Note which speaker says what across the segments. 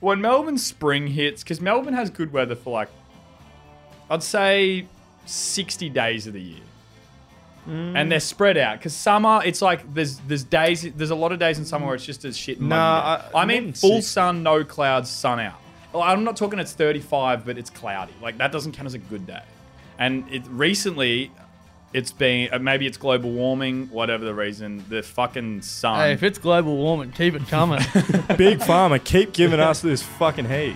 Speaker 1: when Melbourne spring hits, because Melbourne has good weather for like, I'd say 60 days of the year. And they're spread out because summer, it's like there's there's days, there's a lot of days in summer where it's just as shit. and
Speaker 2: Nah,
Speaker 1: muggy out.
Speaker 2: I-
Speaker 1: I, mean
Speaker 2: wouldn't
Speaker 1: full
Speaker 2: say-
Speaker 1: sun, no clouds, sun out. Well, I'm not talking it's 35, but it's cloudy. Like that doesn't count as a good day. And it recently, it's been uh, maybe it's global warming, whatever the reason. The fucking sun.
Speaker 3: Hey, if it's global warming, keep it coming.
Speaker 2: Big Farmer, keep giving us this fucking heat.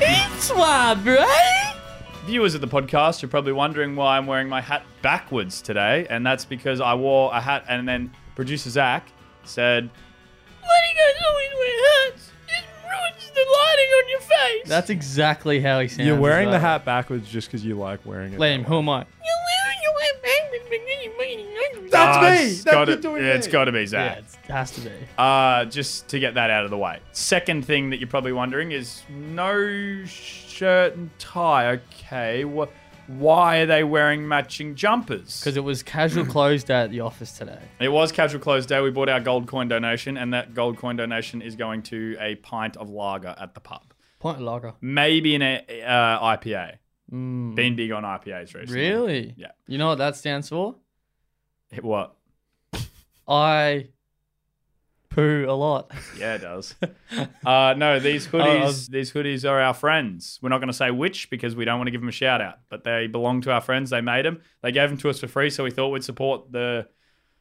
Speaker 3: it's why, bro.
Speaker 1: Viewers of the podcast are probably wondering why I'm wearing my hat backwards today, and that's because I wore a hat and then producer Zach said,
Speaker 3: Why do you guys always wear hats? It ruins the lighting on your face. That's exactly how he sounds.
Speaker 2: You're wearing
Speaker 3: as
Speaker 2: the
Speaker 3: well.
Speaker 2: hat backwards just because you like wearing it.
Speaker 3: Liam, who am I?
Speaker 2: That's
Speaker 1: "Ah,
Speaker 2: me!
Speaker 1: it's
Speaker 2: That's
Speaker 1: gotta-
Speaker 2: you doing
Speaker 1: yeah,
Speaker 2: me!"
Speaker 1: It's got to be
Speaker 3: Yeah,
Speaker 1: Zach.
Speaker 3: it has to be.
Speaker 1: Uh, just to get that out of the way. Second thing that you're probably wondering is no shirt and tie. Okay, wh- why are they wearing matching jumpers?
Speaker 3: Because it was casual clothes day at the office today.
Speaker 1: It was casual close day. We bought our gold coin donation, and that gold coin donation is going to a pint of lager at the pub.
Speaker 3: Point lager.
Speaker 1: Maybe in a uh, IPA. Been big on IPAs recently.
Speaker 3: Really?
Speaker 1: Yeah.
Speaker 3: You know what that stands for?
Speaker 1: It- What?
Speaker 3: I poo a lot.
Speaker 1: Yeah, it does. uh, no, these hoodies,
Speaker 3: was-
Speaker 1: these hoodies are our friends. We're not going to say which because we don't want to give them a shout out, but they belong to our friends. They made them. They gave them to us for free, so we thought we'd support the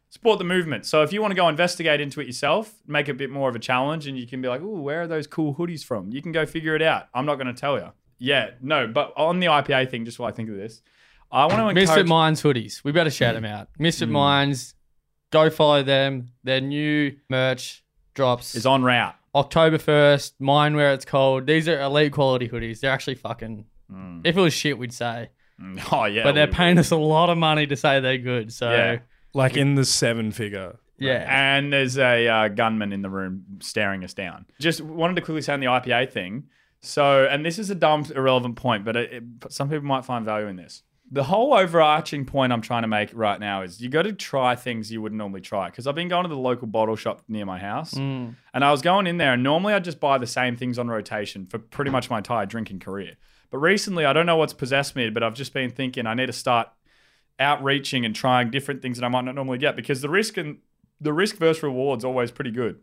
Speaker 1: support the movement. So if you want to go investigate into it yourself, make it a bit more of a challenge, and you can be like, "Ooh, where are those cool hoodies from?" You can go figure it out. I'm not going to tell you. Yeah, no, but on the IPA thing, just while I think of this, I want to
Speaker 3: Misfit
Speaker 1: encourage.
Speaker 3: Minds hoodies. We better shout them out. Misfit Minds, go follow them. Their new merch drops
Speaker 1: is on route.
Speaker 3: October 1st. Mine where it's cold. These are elite quality hoodies. They're actually fucking. If it was shit, we'd say.
Speaker 1: Oh Hmm. yeah,
Speaker 3: but they're
Speaker 1: we-
Speaker 3: paying us a lot of money to say they're good. So
Speaker 1: Yeah.
Speaker 3: yeah,
Speaker 2: Like in the seven figure.
Speaker 1: And there's a uh, gunman in the room staring us down. Just wanted to quickly say on the IPA thing. So, and this is a dumb, irrelevant point, but it, it, some people might find value in this. The whole overarching point I'm trying to make right now is you got to try things you wouldn't normally try. Because I've been going to the local bottle shop near my house, and I was going in there, and normally I just buy the same things on rotation for pretty much my entire drinking career. But recently, I don't know what's possessed me, but I've just been thinking I need to start outreaching and trying different things that I might not normally get because the risk and the risk versus reward's always pretty good.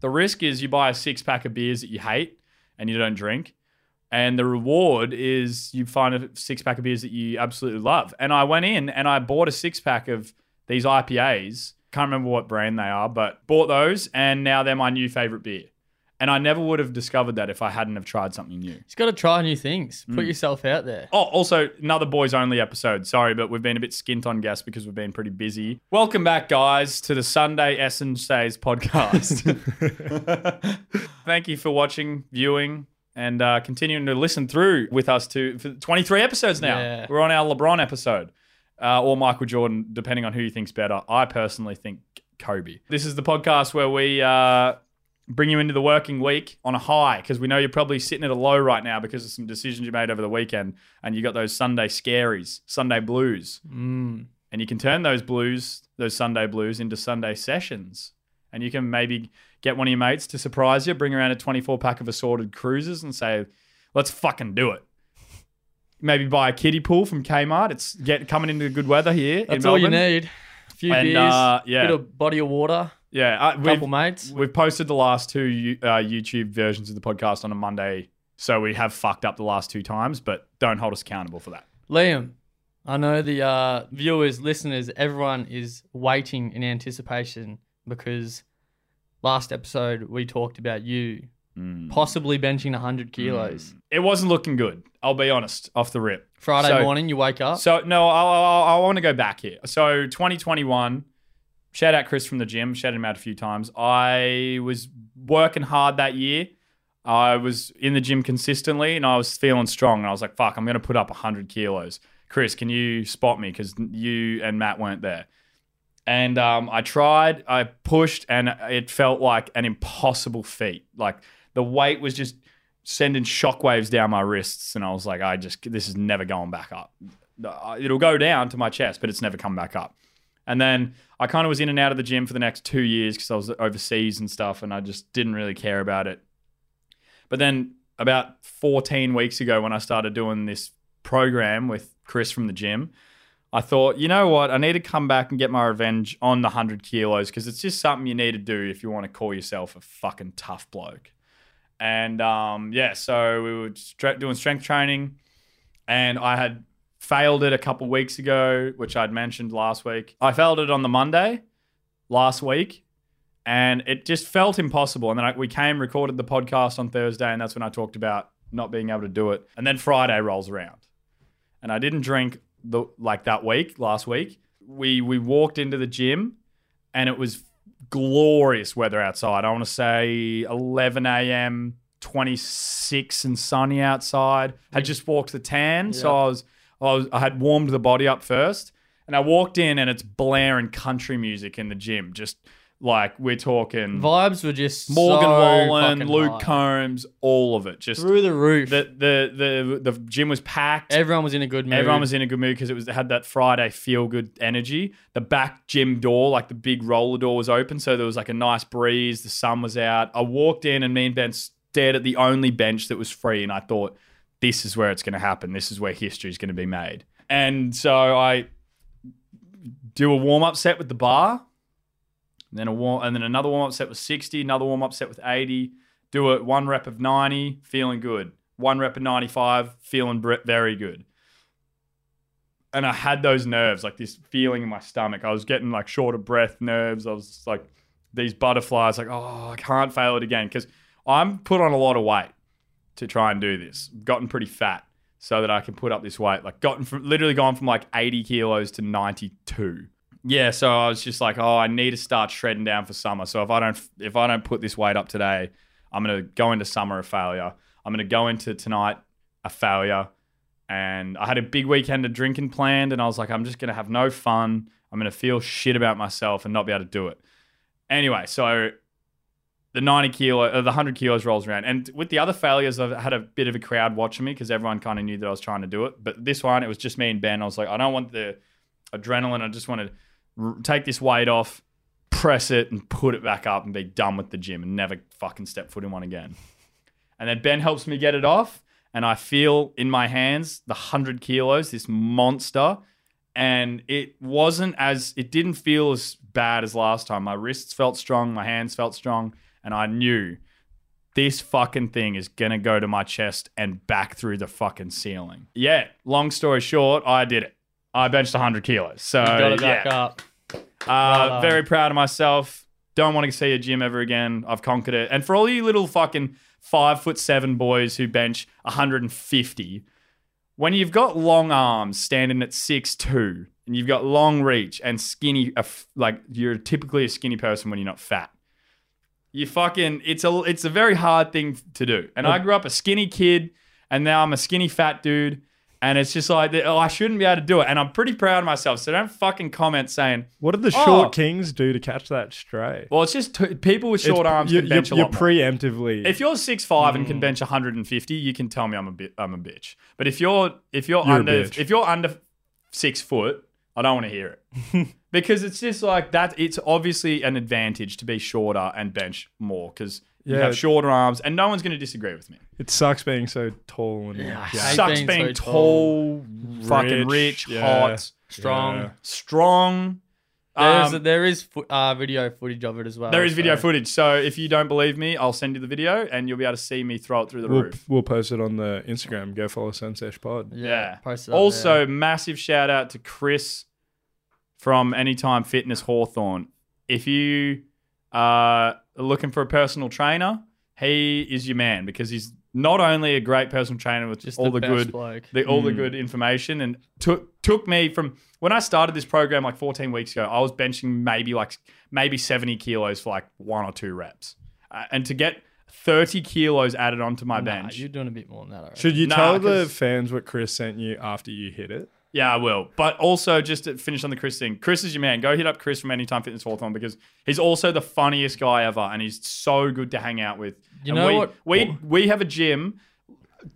Speaker 1: The risk is you buy a six pack of beers that you hate and you don't drink. And the reward is you find a six pack of beers that you absolutely love. And I went in and I bought a six pack of these IPAs. Can't remember what brand they are, but bought those and now they're my new favorite beer. And I never would have discovered that if I hadn't have tried something new.
Speaker 3: Just got to try new things.
Speaker 1: Hmm.
Speaker 3: Put yourself out there.
Speaker 1: Oh, also another boys only episode. Sorry, but we've been a bit skint on guests because we've been pretty busy. Welcome back, guys, to the Sunday Essence Says podcast. Thank you for watching, viewing, and uh, continuing to listen through with us to for 23 episodes now.
Speaker 3: Yeah.
Speaker 1: We're on our LeBron episode. Uh, or Michael Jordan, depending on who you think's better. I personally think Kobe. This is the podcast where we uh, bring you into the working week on a high because we know you're probably sitting at a low right now because of some decisions you made over the weekend and you got those Sunday scaries, Sunday blues.
Speaker 3: Mm.
Speaker 1: And you can turn those blues, those Sunday blues, into Sunday sessions. And you can maybe get one of your mates to surprise you, bring around a 24 pack of assorted cruises and say, let's fucking do it. Maybe buy a kiddie pool from Kmart. It's get coming into good weather here.
Speaker 3: That's
Speaker 1: in
Speaker 3: all you
Speaker 1: Melbourne.
Speaker 3: need. A few
Speaker 1: And,
Speaker 3: beers,
Speaker 1: uh, yeah.
Speaker 3: bit of body of water,
Speaker 1: Yeah. uh,
Speaker 3: couple
Speaker 1: we've,
Speaker 3: mates.
Speaker 1: we've posted the last two you- uh, YouTube versions of the podcast on a Monday. So we have fucked up the last two times, but don't hold us accountable for that.
Speaker 3: Liam, I know the uh, viewers, listeners, everyone is waiting in anticipation because last episode we talked about you
Speaker 1: Hmm.
Speaker 3: possibly benching 100 kilos.
Speaker 1: Mm. It wasn't looking good. I'll be honest, off the rip.
Speaker 3: Friday
Speaker 1: So-
Speaker 3: morning, you wake up.
Speaker 1: So no, I, I, I want to go back here. So 2021, shout out Chris from the gym, shout him out a few times. I was working hard that year. I was in the gym consistently, and I was feeling strong. And I was like, "Fuck, I'm going to put up 100 kilos." Chris, can you spot me? Because you and Matt weren't there. And um, I tried, I pushed, and it felt like an impossible feat. Like the weight was just sending shockwaves down my wrists, and I was like, "I just this is never going back up." uh, it'll go down to my chest, but it's never come back up. And then I kind of was in and out of the gym for the next two years because I was overseas and stuff, and I just didn't really care about it. But then about 14 weeks ago, when I started doing this program with Chris from the gym, I thought, you know what? I need to come back and get my revenge on the 100 kilos because it's just something you need to do if you want to call yourself a fucking tough bloke. And um, yeah, so we were stre- doing strength training, and I had failed it a couple weeks ago, which I'd mentioned last week. I failed it on the Monday last week, and it just felt impossible. And then I, we came, recorded the podcast on Thursday, and that's when I talked about not being able to do it. And then Friday rolls around, and I didn't drink the like that week last week. We we walked into the gym, and it was glorious weather outside. I want to say 11 a.m. 26 and sunny outside. Had just walked the tan, so I was, I was I had warmed the body up first, and I walked in and it's blaring country music in the gym. Just like we're talking
Speaker 3: Vibes were just
Speaker 1: Morgan
Speaker 3: so
Speaker 1: Wallen,
Speaker 3: fucking
Speaker 1: Luke
Speaker 3: high.
Speaker 1: Combs, all of it. Just the
Speaker 3: through the roof.
Speaker 1: the the the gym was packed.
Speaker 3: Everyone was in a good mood.
Speaker 1: Everyone was in a good mood because it was it had that Friday feel good energy. The back gym door, like the big roller door, was open, so there was like a nice breeze. The sun was out. I walked in, and me and Ben stared at the only bench that was free, and I thought, "This is where it's going to happen. This is where history is going to be made." And so I do a warm up set with the bar, and then a warm, and then another warm up set with sixty, another warm up set with eighty. Do it one rep of ninety, feeling good. One rep of ninety-five, feeling br- very good and I had those nerves, like this feeling in my stomach. I was getting like short of breath nerves. I was just, like these butterflies, like, oh, I can't fail it again. Cause I'm put on a lot of weight to try and do this. Gotten pretty fat so that I can put up this weight. Like gotten from literally gone from like 80 kilos to 92. Yeah, so I was just like, oh, I need to start shredding down for summer. So if I don't if I don't put this weight up today, I'm gonna go into summer a failure. I'm gonna go into tonight a failure and I had a big weekend of drinking planned, and I was like, I'm just gonna have no fun. I'm gonna feel shit about myself and not be able to do it. Anyway, so the 90 kilo, uh, the 100 kilos rolls around, and with the other failures, I've had a bit of a crowd watching me because everyone kind of knew that I was trying to do it. But this one, it was just me and Ben. I was like, I don't want the adrenaline. I just want to r- take this weight off, press it, and put it back up, and be done with the gym and never fucking step foot in one again. And then Ben helps me get it off. And I feel in my hands the 100 kilos, this monster. And it wasn't as, it didn't feel as bad as last time. My wrists felt strong, my hands felt strong. And I knew this fucking thing is going to go to my chest and back through the fucking ceiling. Yeah, long story short, I did it. I benched 100 kilos. So,
Speaker 3: Got it back
Speaker 1: yeah.
Speaker 3: up.
Speaker 1: Uh,
Speaker 3: Well done.
Speaker 1: very proud of myself. Don't want to see a gym ever again. I've conquered it. And for all you little fucking five foot seven boys who bench 150, when you've got long arms standing at 6'2 and you've got long reach and skinny, uh, f- like you're typically a skinny person when you're not fat. You fucking, it's a, it's a very hard thing to do. And I grew up a skinny kid and now I'm a skinny fat dude. And it's just like, oh, I shouldn't be able to do it. And I'm pretty proud of myself. So don't fucking comment saying,
Speaker 2: What did the
Speaker 1: Oh.
Speaker 2: short kings do to catch that stray?
Speaker 1: well, it's just t- people with short
Speaker 2: It's-
Speaker 1: arms
Speaker 2: You're,
Speaker 1: can
Speaker 2: you're,
Speaker 1: bench a
Speaker 2: you're Hmm.
Speaker 1: lot more.
Speaker 2: preemptively.
Speaker 1: If you're six five and can bench 150, you can tell me I'm a bit I'm a bitch. But if you're if you're,
Speaker 2: You're a
Speaker 1: under
Speaker 2: bitch.
Speaker 1: if you're under six foot, I don't want to hear it because it's just like that. It's obviously an advantage to be shorter and bench more because you
Speaker 2: Yeah.
Speaker 1: have shorter arms, and no one's going to disagree with me.
Speaker 2: it sucks being so tall and
Speaker 3: hate
Speaker 1: Sucks
Speaker 3: being
Speaker 1: being
Speaker 3: so
Speaker 1: tall,
Speaker 3: tall.
Speaker 1: fucking rich,
Speaker 2: Rich, yeah.
Speaker 1: hot,
Speaker 3: Strong.
Speaker 2: Yeah.
Speaker 1: strong.
Speaker 3: There's,
Speaker 1: Um,
Speaker 3: there is Oh, fo- uh, video footage of it as well.
Speaker 1: There is video
Speaker 3: so-
Speaker 1: footage. So if you don't believe me, I'll send you the video and you'll be able to see me throw it through the
Speaker 2: We'll,
Speaker 1: roof.
Speaker 2: we'll post it on the Instagram. Go follow Sunsesh Pod.
Speaker 3: Yeah.
Speaker 1: Yeah.
Speaker 3: Post it up
Speaker 1: Also,
Speaker 3: there.
Speaker 1: massive shout out to Chris from Anytime Fitness Hawthorne. If you uh, are looking for a personal trainer, he is your man because he's not only a great personal trainer with
Speaker 3: just
Speaker 1: all the,
Speaker 3: the, best
Speaker 1: good
Speaker 3: bloke.
Speaker 1: the all the good information and took took me from when I started this program like 14 weeks ago. I was benching maybe like maybe 70 kilos for like one or two reps, uh, and to get 30 kilos added onto my
Speaker 3: Nah,
Speaker 1: bench.
Speaker 3: you're doing a bit more than that. I reckon.
Speaker 2: Should you
Speaker 1: Nah,
Speaker 2: tell the
Speaker 1: 'cause-
Speaker 2: fans what Chris sent you after you hit it?
Speaker 1: yeah, I will. But also just to finish on the Chris thing, Chris is your man. Go hit up Chris from Anytime Fitness Hawthorne because he's also the funniest guy ever, and he's so good to hang out with.
Speaker 3: You
Speaker 1: And
Speaker 3: know
Speaker 1: we,
Speaker 3: what-
Speaker 1: We we have a gym.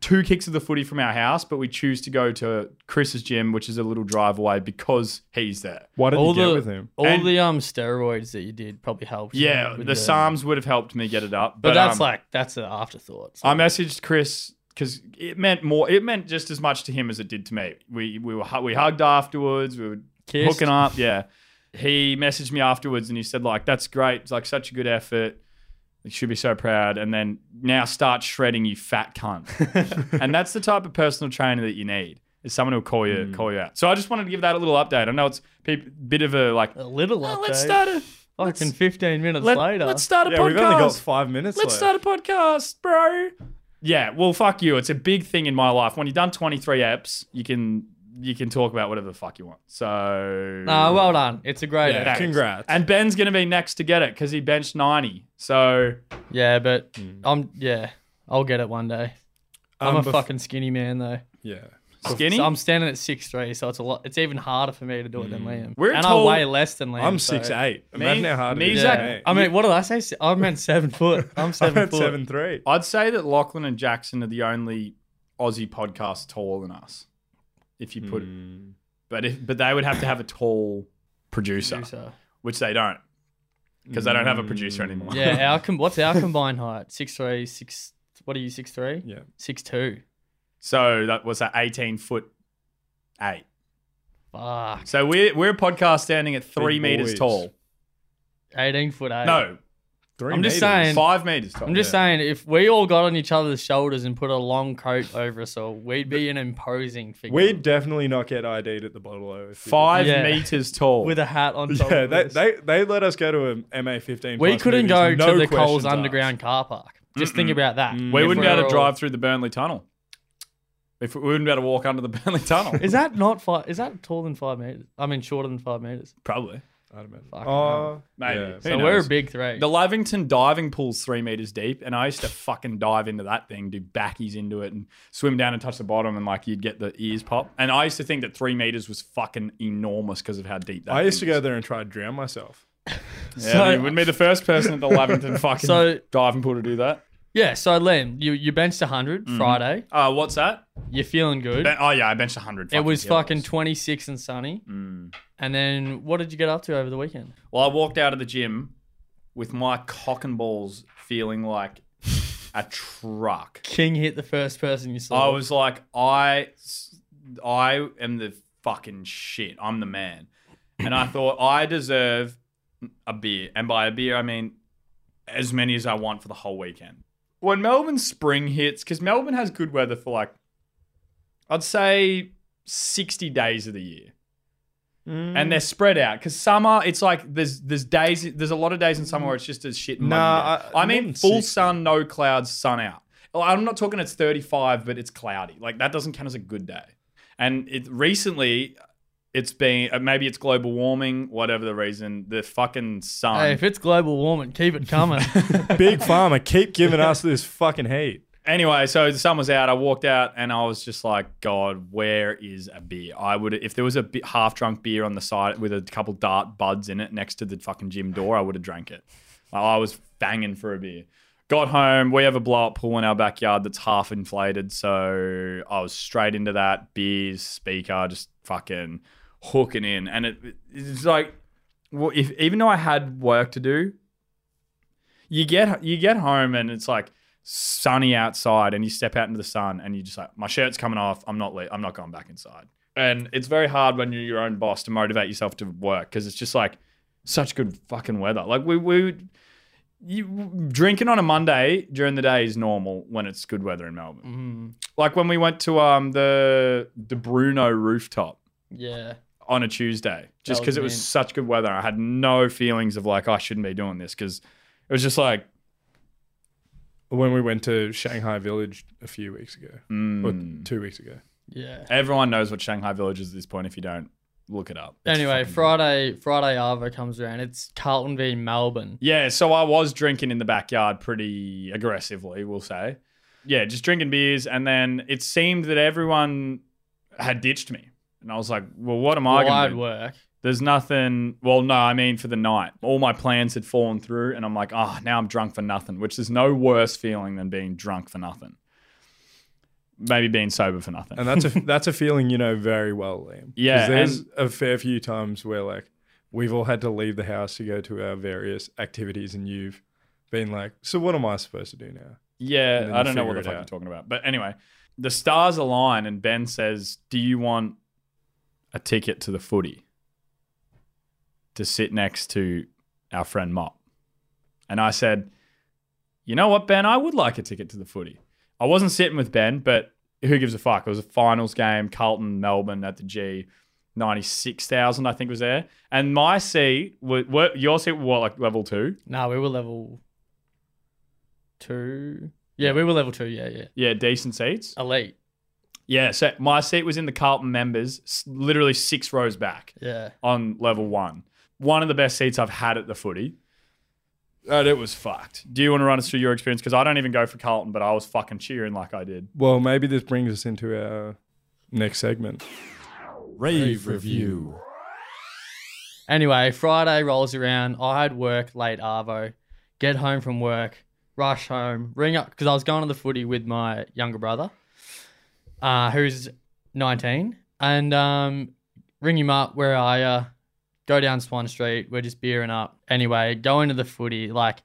Speaker 1: two kicks of the footy from our house, but we choose to go to Chris's gym, which is a little drive away because he's there.
Speaker 2: Why didn't
Speaker 3: all
Speaker 2: you get
Speaker 3: the
Speaker 2: with him?
Speaker 3: all
Speaker 1: And-
Speaker 3: the um steroids that you did probably helped.
Speaker 1: Yeah,
Speaker 3: with
Speaker 1: the Psalms would have helped me get it up, but,
Speaker 3: But, that's
Speaker 1: um,
Speaker 3: like that's an afterthought. So
Speaker 1: I messaged Chris because it meant more. It meant just as much to him as it did to me. We we were hu- we hugged afterwards. We were
Speaker 3: Kissed.
Speaker 1: hooking up. Yeah. He messaged me afterwards and he said like, "That's great. It's like such a good effort. You should be so proud." And then now start shredding, you fat cunt. and that's the type of personal trainer that you need. Is someone who'll call you
Speaker 3: Mm.
Speaker 1: call you out. So I just wanted to give that a little update. I know it's a bit of a like.
Speaker 3: a little
Speaker 1: "Oh,
Speaker 3: update.
Speaker 1: let's start a
Speaker 3: Fucking fifteen minutes
Speaker 1: let,
Speaker 3: later.
Speaker 1: us start a
Speaker 2: Yeah,
Speaker 1: podcast.
Speaker 2: we've only got five minutes
Speaker 1: Let's
Speaker 2: left.
Speaker 1: start a podcast, bro. Yeah, well, fuck you. It's a big thing in my life. When you've done 23 apps, you can you can talk about whatever the fuck you want. So
Speaker 3: Nah, well done. It's a great.
Speaker 2: Yeah,
Speaker 3: effort.
Speaker 1: Thanks.
Speaker 2: congrats.
Speaker 1: And Ben's gonna be next to get it because he benched 90. So
Speaker 3: Yeah, but I'm yeah. I'll get it one day. I'm
Speaker 2: Hmm. Um,
Speaker 3: a
Speaker 2: bef-
Speaker 3: fucking skinny man though.
Speaker 2: Yeah.
Speaker 1: skinny.
Speaker 3: So I'm standing at six three, so it's a lot. It's even harder for me to do it than Liam.
Speaker 1: We're
Speaker 3: and
Speaker 1: tall-
Speaker 3: I weigh less than Liam.
Speaker 2: Hmm. I'm
Speaker 3: so-
Speaker 2: six eight. Imagine how hard
Speaker 1: me,
Speaker 2: it is.
Speaker 1: Zach-
Speaker 2: Eight.
Speaker 3: I mean, what did I say? Si- I meant seven foot. I'm
Speaker 2: I'm
Speaker 3: seven
Speaker 2: at
Speaker 3: foot.
Speaker 2: seven three.
Speaker 1: I'd say that Lachlan and Jackson are the only Aussie podcasts taller than us. If you put
Speaker 3: Hmm.
Speaker 1: it, but if but they would have to have a tall producer,
Speaker 3: Producer.
Speaker 1: which they don't. Because they don't have a producer anymore.
Speaker 3: Yeah, our com- what's our combined height? Six three, six. What are you? Six three?
Speaker 2: Yeah.
Speaker 3: Six two.
Speaker 1: So that was at 18 foot eight.
Speaker 3: Fuck.
Speaker 1: So we're we're a podcast standing at three
Speaker 2: Big
Speaker 1: meters
Speaker 2: boys.
Speaker 1: tall.
Speaker 3: Eighteen foot eight.
Speaker 1: No,
Speaker 2: Three
Speaker 3: I'm just
Speaker 2: meters.
Speaker 3: saying- And-
Speaker 1: five meters tall.
Speaker 3: I'm just saying, if we all got on each other's shoulders and put a long coat over us all, we'd be an imposing figure.
Speaker 2: We'd definitely not get ID'd at the bottle over.
Speaker 1: five
Speaker 3: Yeah.
Speaker 1: meters tall.
Speaker 3: with a hat on top.
Speaker 2: Yeah,
Speaker 3: of
Speaker 2: they,
Speaker 3: us.
Speaker 2: they they let us go to a MA fifteen.
Speaker 3: We
Speaker 2: plus
Speaker 3: couldn't go
Speaker 2: movies, no
Speaker 3: to the Coles
Speaker 2: questions asked.
Speaker 3: Underground car park. Just think about that.
Speaker 2: Mm.
Speaker 1: we
Speaker 3: If
Speaker 1: wouldn't be able to
Speaker 3: we're all-
Speaker 1: drive through the Burnley Tunnel. If we wouldn't be able to walk under the Burnley Tunnel,
Speaker 3: Is that not five? Is that taller than five meters? I mean, shorter than five meters.
Speaker 1: probably.
Speaker 2: I'd imagine.
Speaker 3: Fucking
Speaker 2: Oh,
Speaker 1: Maybe.
Speaker 2: yeah.
Speaker 1: Who
Speaker 3: So we're a
Speaker 1: knows?
Speaker 3: big three.
Speaker 1: The Lavington diving pool's three meters deep, and I used to fucking dive into that thing, do backies into it, and swim down and touch the bottom, and like you'd get the ears pop. And I used to think that three meters was fucking enormous because of how deep that.
Speaker 2: I used to
Speaker 1: thing
Speaker 2: go
Speaker 1: was.
Speaker 2: there and try to drown myself.
Speaker 1: Yeah,
Speaker 3: So-
Speaker 1: you wouldn't be the first person at the Lavington fucking
Speaker 3: So-
Speaker 1: diving pool to do that.
Speaker 3: yeah. So Liam, you you benched 100 Friday.
Speaker 1: Uh, what's that?
Speaker 3: You're feeling good.
Speaker 1: Ben- oh yeah, I benched 100.
Speaker 3: it was
Speaker 1: kilos.
Speaker 3: fucking 26 and sunny.
Speaker 1: Mm.
Speaker 3: And then what did you get up to over the weekend?
Speaker 1: Well, I walked out of the gym with my cock and balls feeling like a truck.
Speaker 3: King hit the first person you
Speaker 1: I
Speaker 3: saw.
Speaker 1: was like, I, I am the fucking shit. I'm the man, and I thought I deserve a beer, and by a beer I mean as many as I want for the whole weekend. When Melbourne spring hits, because Melbourne has good weather for like, I'd say sixty days of the year. and they're spread out because summer it's like there's there's days there's a lot of days in summer where it's just as shit and
Speaker 2: Nah,
Speaker 1: muggy out.
Speaker 2: I-
Speaker 1: I,
Speaker 2: more
Speaker 1: mean
Speaker 2: than
Speaker 1: full
Speaker 2: 60.
Speaker 1: sun no clouds sun out Well, i'm not talking it's 35 but it's cloudy like that doesn't count as a good day and it recently it's been uh, maybe it's global warming whatever the reason the fucking sun
Speaker 3: hey, if it's global warming, keep it coming.
Speaker 2: Big Pharma keep giving us this fucking heat.
Speaker 1: anyway, so the sun was out. I walked out and I was just like, God, where is a beer? I would, if there was a bi- half drunk beer on the side with a couple dart buds in it next to the fucking gym door, I would have drank it. Like, I was banging for a beer. Got home. We have a blow up pool in our backyard that's half inflated. So I was straight into that beers, speaker, just fucking hooking in. And it, it's like, well, if, even though I had work to do, you get you get home and it's like sunny outside and you step out into the sun and you're just like my shirt's coming off i'm not le- i'm not going back inside and it's very hard when you're your own boss to motivate yourself to work because it's just like such good fucking weather like we we you, drinking on a monday during the day is normal when it's good weather in melbourne
Speaker 3: Mm,
Speaker 1: like when we went to um the the bruno rooftop
Speaker 3: yeah.
Speaker 1: on a Tuesday just
Speaker 3: was
Speaker 1: because it was
Speaker 3: mint.
Speaker 1: such good weather. I had no feelings of like I shouldn't be doing this because it was just like
Speaker 2: When we went to Shanghai Village a few weeks ago,
Speaker 1: mm.
Speaker 3: Hmm.
Speaker 2: or two weeks ago.
Speaker 3: Yeah.
Speaker 1: everyone knows what Shanghai Village is at this point. If you don't look it up, It's
Speaker 3: Anyway,
Speaker 1: fucking-
Speaker 3: Friday Friday Arvo comes around. It's Carlton v Melbourne.
Speaker 1: yeah. So I was drinking in the backyard pretty aggressively, we'll say. Yeah, just drinking beers, and then it seemed that everyone had ditched me, and I was like, "Well, what am I
Speaker 3: Well,
Speaker 1: going
Speaker 3: I'd
Speaker 1: to do?"
Speaker 3: work.
Speaker 1: There's nothing. Well, no, I mean for the night. All my plans had fallen through, and I'm like, oh, now I'm drunk for nothing, which is no worse feeling than being drunk for nothing. maybe being sober for nothing.
Speaker 2: And that's a that's a feeling you know very well, Liam. 'Cause
Speaker 1: Yeah,
Speaker 2: there's
Speaker 1: and-
Speaker 2: a fair few times where like we've all had to leave the house to go to our various activities, and you've been like, "So what am I supposed to do now?"
Speaker 1: Yeah,
Speaker 2: then
Speaker 1: I
Speaker 2: you
Speaker 1: don't know what
Speaker 2: figure
Speaker 1: the
Speaker 2: it
Speaker 1: fuck you're
Speaker 2: out.
Speaker 1: talking about. But anyway, the stars align and Ben says, Do you want a ticket to the footy to sit next to our friend Mop? And I said, You know what, Ben? I would like a ticket to the footy. I wasn't sitting with Ben, but who gives a fuck? It was a finals game, Carlton, Melbourne at the G. 96,000, I think, was there. And my seat, wa- wa- your seat, what, like level two?
Speaker 3: No, we were level two. Yeah, we were level two. Yeah, yeah.
Speaker 1: Yeah, decent seats.
Speaker 3: Elite.
Speaker 1: Yeah, so my seat was in the Carlton members, s- literally six rows back
Speaker 3: Yeah.
Speaker 1: on level one. One of the best seats I've had at the footy. And it was fucked. Do you want to run us through your experience? Because I don't even go for Carlton, but I was fucking cheering like I did.
Speaker 2: Well, maybe this brings us into our next segment.
Speaker 4: Rave Review.
Speaker 3: Anyway, Friday rolls around. I had work late Arvo, get home from work, rush home, ring up because I was going to the footy with my younger brother, uh, who's 19, and um, ring him up. Where are ya? Go down Swan Street. We're just beering up. Anyway, going to the footy. Like,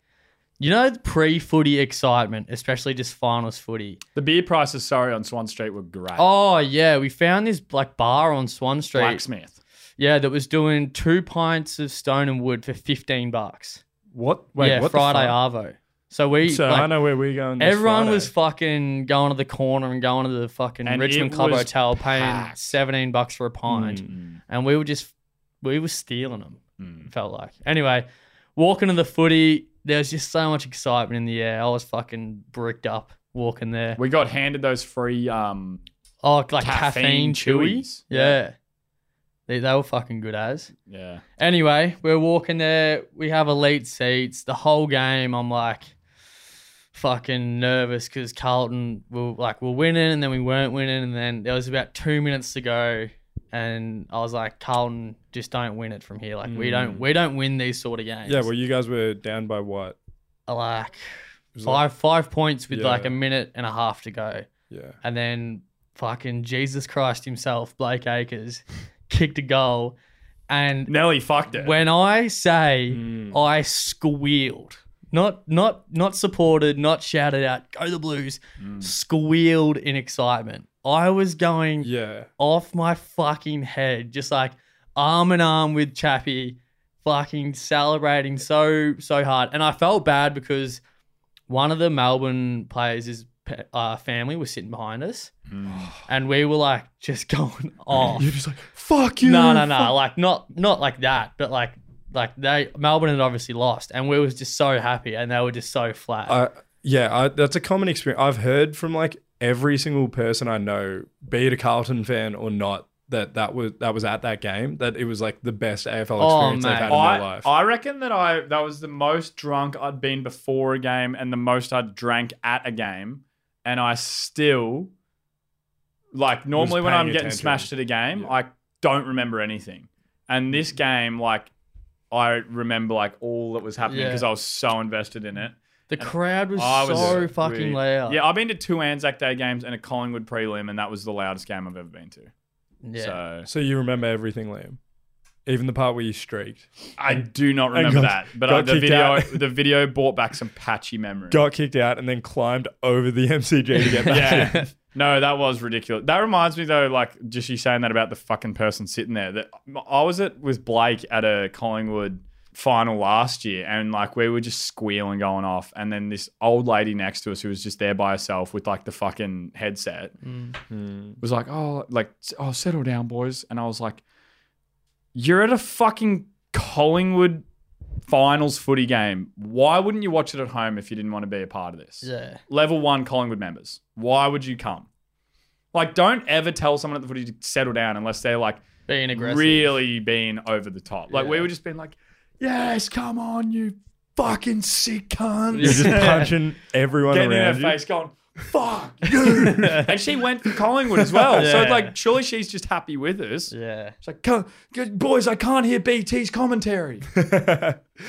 Speaker 3: you know, pre footy excitement, especially just finals footy.
Speaker 1: The beer prices, sorry, on Swan Street were great.
Speaker 3: Oh, yeah. We found this like bar on Swan Street.
Speaker 1: Blacksmith.
Speaker 3: Yeah, that was doing two pints of stone and wood for 15 bucks
Speaker 2: What? Wait,
Speaker 3: yeah,
Speaker 2: what? the
Speaker 3: Friday
Speaker 2: fuck?
Speaker 3: Arvo. So we,
Speaker 2: So
Speaker 3: like,
Speaker 2: I know where we're going. this
Speaker 3: everyone
Speaker 2: Friday.
Speaker 3: was fucking going to the corner and going to the fucking
Speaker 1: And
Speaker 3: Richmond
Speaker 1: it
Speaker 3: Club
Speaker 1: was
Speaker 3: Hotel, paying
Speaker 1: packed.
Speaker 3: 17 bucks for a pint,
Speaker 2: Hmm.
Speaker 1: Mm,
Speaker 3: and we were just, we were stealing them.
Speaker 1: mm.
Speaker 3: It felt like. Anyway, walking to the footy, there was just so much excitement in the air. I was fucking bricked up walking there.
Speaker 1: mm. We got handed those free um,
Speaker 3: Oh, like
Speaker 1: caffeine,
Speaker 3: caffeine, chewy.
Speaker 1: chewies.
Speaker 3: Yeah. They, they were fucking good as.
Speaker 1: Yeah.
Speaker 3: Anyway, we're walking there. We have elite seats. The whole game, I'm like fucking nervous because Carlton were like we're winning, and then we weren't winning, and then there was about two minutes to go, and I was like, Carlton just don't win it from here. Like we don't we don't win these sort of games.
Speaker 2: Mm. Yeah, well, you guys were down by what?
Speaker 3: like
Speaker 2: It was like-
Speaker 3: five five points with
Speaker 2: Yeah.
Speaker 3: like a minute and a half to go,
Speaker 2: yeah.
Speaker 3: and then fucking Jesus Christ himself, Blake Acres, kicked a goal, and
Speaker 1: Nelly fucked it.
Speaker 3: when I say
Speaker 2: Mm.
Speaker 3: I squealed, not not not supported, not shouted out, go the Blues, squealed in excitement. I was going
Speaker 2: Yeah.
Speaker 3: off my fucking head, just like arm in arm with Chappie, fucking celebrating so so hard. And I felt bad because one of the Melbourne players' his pe- uh, family was sitting behind us,
Speaker 1: Mm.
Speaker 3: and we were like just going off.
Speaker 2: You're just like, fuck you.
Speaker 3: Oh. No,
Speaker 2: fuck
Speaker 3: no, no. Like not not like that, but like like they Melbourne had obviously lost, and we was just so happy, and they were just so flat.
Speaker 2: I yeah, I, that's a common experience. I've heard from like every single person I know, be it a Carlton fan or not, that that was that was at that game. That it was like the best AFL
Speaker 3: Oh,
Speaker 2: experience they've
Speaker 3: mate.
Speaker 2: had in
Speaker 1: I,
Speaker 2: their life.
Speaker 1: I reckon that I that was the most drunk I'd been before a game and the most I'd drank at a game, and I still like normally when
Speaker 2: paying
Speaker 1: I'm getting
Speaker 2: attention.
Speaker 1: smashed at a game,
Speaker 2: Yeah. Mm.
Speaker 1: I don't remember anything. And this game, like I remember like all that was happening
Speaker 3: Yeah.
Speaker 1: because I was so invested in it.
Speaker 3: the crowd was
Speaker 1: I was
Speaker 3: so fucking
Speaker 1: weird.
Speaker 3: loud.
Speaker 1: Yeah, I've been to two Anzac Day games and a Collingwood prelim, and that was the loudest game I've ever been to.
Speaker 3: yeah.
Speaker 1: So
Speaker 2: so you remember everything, Liam, even the part where you streaked,
Speaker 1: I do not
Speaker 2: And
Speaker 1: remember
Speaker 2: got-
Speaker 1: that, but
Speaker 2: got
Speaker 1: uh, the
Speaker 2: kicked
Speaker 1: video
Speaker 2: out.
Speaker 1: the video brought back some patchy memories.
Speaker 2: got kicked out, and then climbed over the MCG to get back.
Speaker 1: yeah. No, that was ridiculous. That reminds me though, like just you saying that about the fucking person sitting there. That I was at with Blake at a Collingwood final last year, and like we were just squealing going off, and then this old lady next to us who was just there by herself with like the fucking headset
Speaker 3: Mm.
Speaker 2: Mm.
Speaker 1: was like, "Oh, like oh, settle down, boys," and I was like, "You're at a fucking Collingwood." Finals footy game. Why wouldn't you watch it at home if you didn't want to be a part of this?
Speaker 3: yeah.
Speaker 1: level one Collingwood members. Why would you come? Like, don't ever tell someone at the footy to settle down unless they're like
Speaker 3: Being aggressive.
Speaker 1: really being over the top. Like, we
Speaker 3: Yeah.
Speaker 1: were just being like, yes, come on, you fucking sick cunt.
Speaker 2: You're just
Speaker 1: Getting
Speaker 2: punching everyone
Speaker 1: in their
Speaker 2: around you.
Speaker 1: face, going,
Speaker 2: fuck you.
Speaker 1: and she went for Collingwood as well. So
Speaker 3: Yeah.
Speaker 1: like, surely she's just happy with us.
Speaker 3: Yeah.
Speaker 1: It's like, "Come- good boys, I can't hear BT's commentary.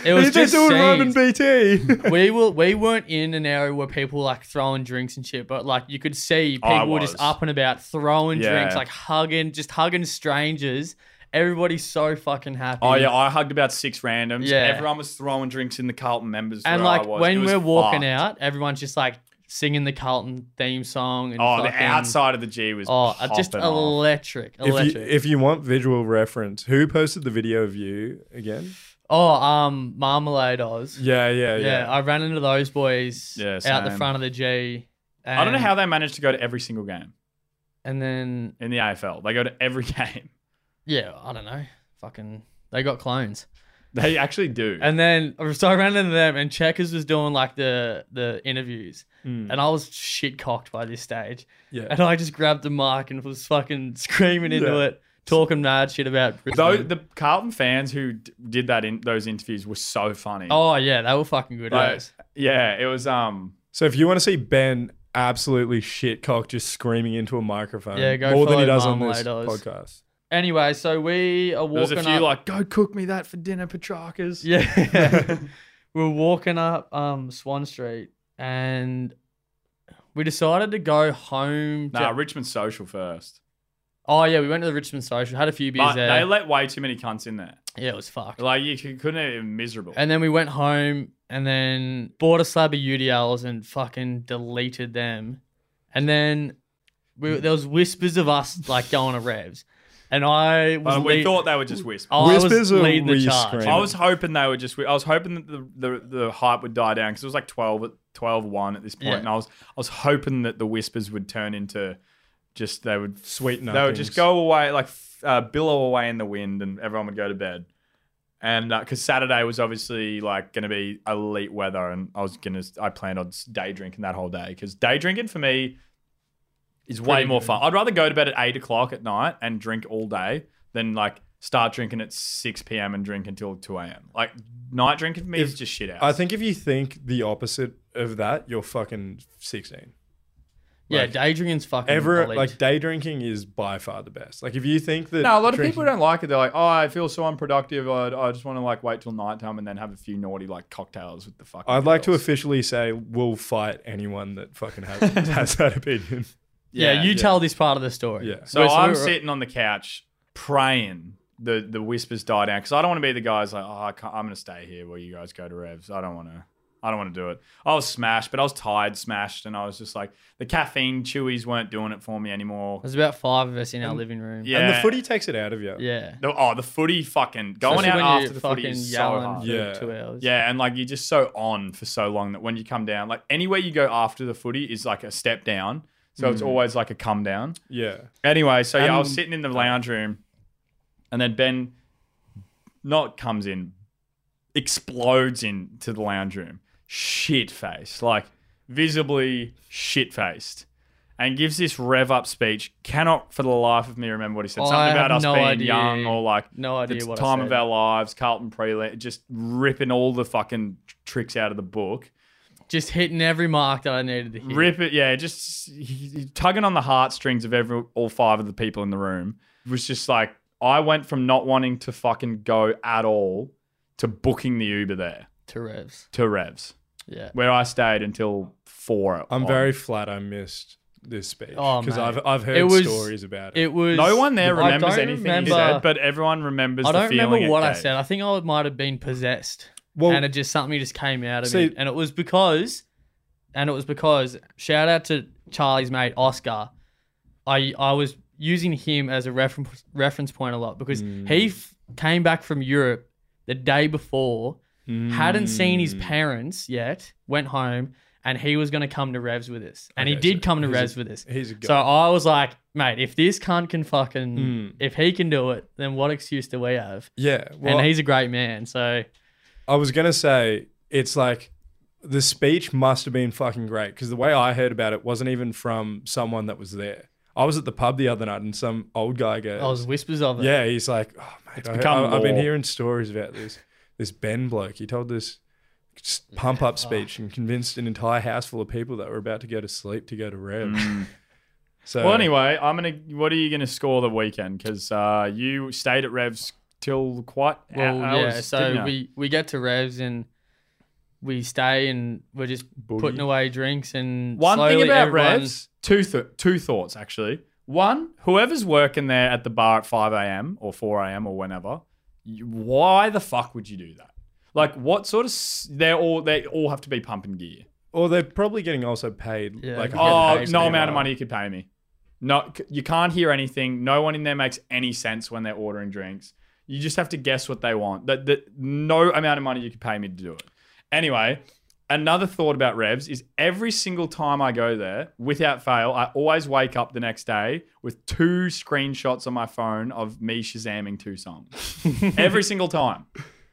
Speaker 3: It was just scenes.
Speaker 2: BT.
Speaker 3: we were we weren't in an area where people were, like throwing drinks and shit, but like you could see
Speaker 1: Oh, I
Speaker 3: people were just
Speaker 1: was.
Speaker 3: up and about throwing
Speaker 1: Yeah.
Speaker 3: drinks, like hugging, just hugging strangers. Everybody's so fucking happy.
Speaker 1: Oh yeah, I hugged about six randoms.
Speaker 3: Yeah.
Speaker 1: Everyone was throwing drinks in the Carlton members.
Speaker 3: and
Speaker 1: where I
Speaker 3: like
Speaker 1: was. It
Speaker 3: when
Speaker 1: was
Speaker 3: we're walking
Speaker 1: fucked.
Speaker 3: out, everyone's just like singing the Carlton theme song and
Speaker 1: Oh, the
Speaker 3: fucking-
Speaker 1: outside of the G was
Speaker 3: Oh, just
Speaker 1: popping off.
Speaker 3: electric,
Speaker 2: if
Speaker 3: electric.
Speaker 2: you, if you want visual reference, who posted the video of you again?
Speaker 3: oh, um, Marmalade Oz.
Speaker 2: Yeah, yeah,
Speaker 3: yeah,
Speaker 2: yeah.
Speaker 3: I ran into those boys
Speaker 1: Yeah,
Speaker 3: out the
Speaker 1: same.
Speaker 3: front of the G. And,
Speaker 1: I don't know how they managed to go to every single game
Speaker 3: And then
Speaker 1: in the AFL. They go to every game.
Speaker 3: yeah, I don't know. Fucking, they got clones.
Speaker 1: They actually do.
Speaker 3: And then so I ran into them, and Checkers was doing like the the interviews,
Speaker 1: Hmm.
Speaker 2: Mm.
Speaker 3: and I was shit cocked by this stage,
Speaker 2: yeah.
Speaker 3: and I just grabbed the mic and was fucking screaming into
Speaker 2: Yeah.
Speaker 3: it, talking mad shit about
Speaker 1: Though
Speaker 3: Brisbane.
Speaker 1: the Carlton fans who d- did that in those interviews were so funny.
Speaker 3: oh yeah, they were fucking good.
Speaker 1: Like,
Speaker 3: ass.
Speaker 1: yeah, it was. Um,
Speaker 2: So if you want to see Ben absolutely shitcock just screaming into a microphone,
Speaker 3: Yeah, go
Speaker 2: more than he
Speaker 3: follow
Speaker 2: does on this
Speaker 3: Marmalade Oz.
Speaker 2: podcast.
Speaker 3: Anyway, so we are
Speaker 1: there was
Speaker 3: walking
Speaker 1: a few
Speaker 3: up.
Speaker 1: like, "Go cook me that for dinner, Petrarchas."
Speaker 3: yeah, we we're walking up um Swan Street, and we decided to go home. to-
Speaker 1: Nah, Richmond Social first.
Speaker 3: oh yeah, we went to the Richmond Social, had a few beers
Speaker 1: But
Speaker 3: there.
Speaker 1: they let way too many cunts in there.
Speaker 3: yeah, it was fucked.
Speaker 1: Like you c- couldn't even miserable.
Speaker 3: And then we went home and then bought a slab of UDLs and fucking deleted them. And then we, there was whispers of us like going to revs. And I was
Speaker 1: but we
Speaker 3: lea-
Speaker 1: thought they were just whispers.
Speaker 3: I was
Speaker 2: Whispers or
Speaker 3: leading
Speaker 2: were
Speaker 3: the
Speaker 2: you
Speaker 3: charge.
Speaker 2: screaming?
Speaker 1: I was hoping they were just. I was hoping that the the, the hype would die down because it was like 12, 12 1 at this point,
Speaker 3: Yeah.
Speaker 1: and I was I was hoping that the whispers would turn into just they would
Speaker 2: Sweet
Speaker 1: they would just
Speaker 2: nothings.
Speaker 1: go away like f- uh, billow away in the wind, and everyone would go to bed. And because Saturday was obviously like going to be elite weather, and I was gonna I planned on s- day drinking that whole day because day drinking for me is way
Speaker 3: Pretty
Speaker 1: more
Speaker 3: good.
Speaker 1: fun. I'd rather go to bed at eight o'clock at night and drink all day than like start drinking at six p.m. and drink until two a.m. Like night drinking for me is
Speaker 2: If-
Speaker 1: just shit out.
Speaker 2: I think if you think the opposite of that, you're fucking 16.
Speaker 3: Yeah,
Speaker 2: Like,
Speaker 3: day drinking's fucking
Speaker 2: Ever
Speaker 3: elite.
Speaker 2: like day drinking is by far the best. Like if you think that
Speaker 1: no, a lot of
Speaker 2: drinking-
Speaker 1: people don't like it. They're like, "Oh, I feel so unproductive. I, I just want to like wait till nighttime and then have a few naughty like cocktails with the fucking."
Speaker 2: I'd like to
Speaker 1: girls."
Speaker 2: officially say we'll fight anyone that fucking has, has that opinion.
Speaker 3: yeah,
Speaker 1: Yeah,
Speaker 3: you
Speaker 1: yeah.
Speaker 3: tell this part of the story.
Speaker 2: Yeah.
Speaker 1: So
Speaker 3: Wait, we
Speaker 1: I'm
Speaker 3: were-
Speaker 1: sitting on the couch praying the the whispers die down because I don't want to be the guys like, oh, I can't, I'm going to stay here while you guys go to revs. I don't want to. I don't want to do it. I was smashed, but I was tired, smashed, and I was just like the caffeine chewies weren't doing it for me anymore.
Speaker 3: There's about five of us in our living room.
Speaker 1: Yeah.
Speaker 2: And the footy takes it out of you.
Speaker 3: Yeah.
Speaker 1: The- oh, the footy fucking going
Speaker 3: Especially when
Speaker 1: out
Speaker 3: you're
Speaker 1: after the footy
Speaker 3: fucking
Speaker 1: is so
Speaker 3: yelling
Speaker 1: hard.
Speaker 3: for
Speaker 2: Yeah.
Speaker 3: two hours.
Speaker 1: Yeah, and like you're just so on for so long that when you come down, like anywhere you go after the footy is like a step down. So
Speaker 3: Mm.
Speaker 1: it's always like a come down.
Speaker 2: Yeah.
Speaker 1: Anyway, so yeah, I
Speaker 3: Um,
Speaker 1: was
Speaker 2: And-
Speaker 1: sitting in the lounge room, and then Ben, not comes in, explodes into the lounge room, shit faced, like visibly shit faced, and gives this rev up speech. Cannot for the life of me remember what he said.
Speaker 3: I
Speaker 1: Something about
Speaker 3: have
Speaker 1: us
Speaker 3: no
Speaker 1: being
Speaker 3: idea.
Speaker 1: young or like
Speaker 3: No idea
Speaker 1: the
Speaker 3: what I
Speaker 1: time
Speaker 3: said.
Speaker 1: of our lives, Carlton pre, just ripping all the fucking tricks out of the book.
Speaker 3: Just hitting every mark that I needed to hit.
Speaker 1: Rip it, yeah. Just he, he- tugging on the heartstrings of every all five of the people in the room It was just like I went from not wanting to fucking go at all to booking the Uber there
Speaker 3: to revs.
Speaker 1: to Revs,
Speaker 3: Yeah.
Speaker 1: where I stayed until four.
Speaker 2: I'm
Speaker 1: on.
Speaker 2: very flat I missed this speech.
Speaker 3: Oh,
Speaker 2: Because
Speaker 3: mate.
Speaker 2: I've, I've heard
Speaker 3: It was-
Speaker 2: stories about it.
Speaker 3: It was
Speaker 1: No one there
Speaker 3: I
Speaker 1: remembers
Speaker 3: don't
Speaker 1: anything he
Speaker 3: remember,
Speaker 1: said, but everyone remembers.
Speaker 3: I
Speaker 1: the
Speaker 3: don't
Speaker 1: feeling
Speaker 3: remember
Speaker 1: it
Speaker 3: what I
Speaker 1: gave.
Speaker 3: said. I think I might have been possessed,
Speaker 2: well,
Speaker 3: and it just something just came out of
Speaker 2: See-
Speaker 3: me, and it was because, and it was because shout out to Charlie's mate Oscar, I I was using him as a reference reference point a lot because
Speaker 1: Mm.
Speaker 3: he f- came back from Europe the day before, hadn't seen
Speaker 2: Hmm.
Speaker 1: Mm.
Speaker 3: his parents yet, went home, and he was going to come to Revs with us, and he
Speaker 2: Okay, so
Speaker 3: did come to
Speaker 2: he's a-
Speaker 3: Revs with us.
Speaker 2: he's a guy.
Speaker 3: So I was like, mate, if this cunt can fucking,
Speaker 2: Mm.
Speaker 3: if he can do it, then what excuse do we have?
Speaker 2: yeah. Well,
Speaker 3: and he's a great man. So
Speaker 2: I was gonna say it's like the speech must have been fucking great because the way I heard about it wasn't even from someone that was there. I was at the pub the other night and some old guy goes,
Speaker 3: I was whispers of it.
Speaker 2: "Yeah, he's like, oh mate, I,
Speaker 1: become
Speaker 2: I, have been
Speaker 1: law."
Speaker 2: hearing stories about this this Ben bloke. He told this just pump up speech and convinced an entire house full of people that were about to go to sleep to go to reb. So
Speaker 1: Mm. Well, anyway, I'm gonna. What are you gonna score the weekend? Because uh, you stayed at Revs till quite hou-
Speaker 3: Well,
Speaker 1: hours.
Speaker 3: yeah.
Speaker 1: didn't
Speaker 3: So
Speaker 1: ya?
Speaker 3: we we get to Revs and we stay and we're just putting away drinks and
Speaker 1: One
Speaker 3: slowly
Speaker 1: thing about
Speaker 3: everyone-
Speaker 1: Revs, two th- two thoughts actually. One, whoever's working there at the bar at 5 a.m. or 4 a.m. or whenever, you, why the fuck would you do that? Like, what sort of? S- they're all they all have to be pumping gear.
Speaker 2: or they're probably getting also paid.
Speaker 3: Yeah,
Speaker 2: like
Speaker 3: you get
Speaker 1: Oh,
Speaker 3: paid
Speaker 1: no
Speaker 2: pretty
Speaker 1: amount of
Speaker 2: well.
Speaker 1: money you could pay me. No, c- you can't hear anything. No one in there makes any sense when they're ordering drinks. You just have to guess what they want. That that no amount of money you could pay me to do it. Anyway, another thought about Revs is every single time I go there, without fail, I always wake up the next day with two screenshots on my phone of me shazamming two songs. every single time.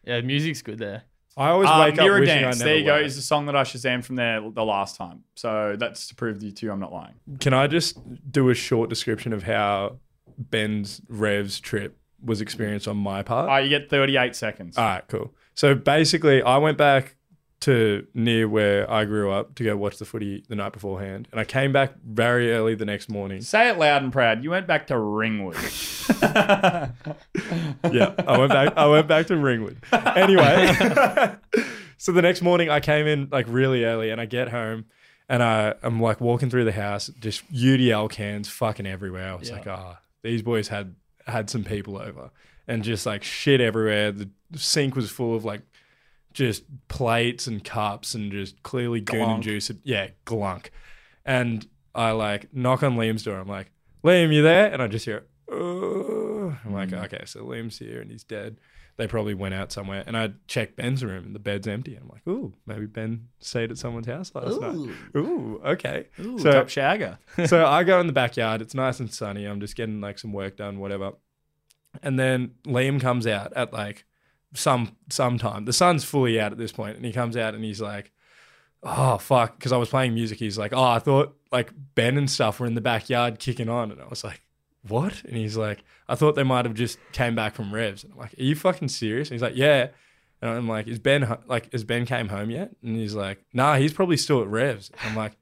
Speaker 3: Yeah, music's good there.
Speaker 2: I always
Speaker 1: Uh,
Speaker 2: wake up
Speaker 1: Mirror
Speaker 2: wishing
Speaker 1: Dance,
Speaker 2: I never
Speaker 1: there you go,
Speaker 2: were.
Speaker 1: is the song that I shazammed from there the last time. So that's to prove to you too, I'm not lying.
Speaker 2: Can I just do a short description of how Ben's Rev's trip was experienced on my part?
Speaker 1: All right, you get 38 seconds.
Speaker 2: All right, cool. So basically, I went back to near where I grew up to go watch the footy the night beforehand, and I came back very early the next morning.
Speaker 1: Say it loud and proud. You went back to Ringwood.
Speaker 2: yeah, I went back. I went back to Ringwood. Anyway, so the next morning I came in like really early, and I get home, and I I'm like walking through the house, just UDL cans fucking everywhere. I was like, ah, these boys had had some people over, and just like shit everywhere. The sink was full of like just plates and cups and just clearly goon and juice. Yeah, glunk. And I like knock on Liam's door. I'm like, Liam, you there? And I just hear, "Ugh." I'm like, okay, so Liam's here and he's dead. They probably went out somewhere. And I check Ben's room and the bed's empty. I'm like, ooh, maybe Ben stayed at someone's house last night. Ooh, okay. so
Speaker 1: Top Shagger.
Speaker 2: so I go in the backyard. It's nice and sunny. I'm just getting like some work done, whatever. And then Liam comes out at like some sometime. The sun's fully out at this point, and he comes out and he's like, "Oh fuck," because I was playing music. He's like, "Oh, I thought like Ben and stuff were in the backyard kicking on," and I was like. What? And he's like, I thought they might have just came back from revs. And I'm like, Are you fucking serious? And he's like, Yeah. And I'm like, Is Ben ho- like, is Ben came home yet? And he's like, Nah, he's probably still at revs. And I'm like,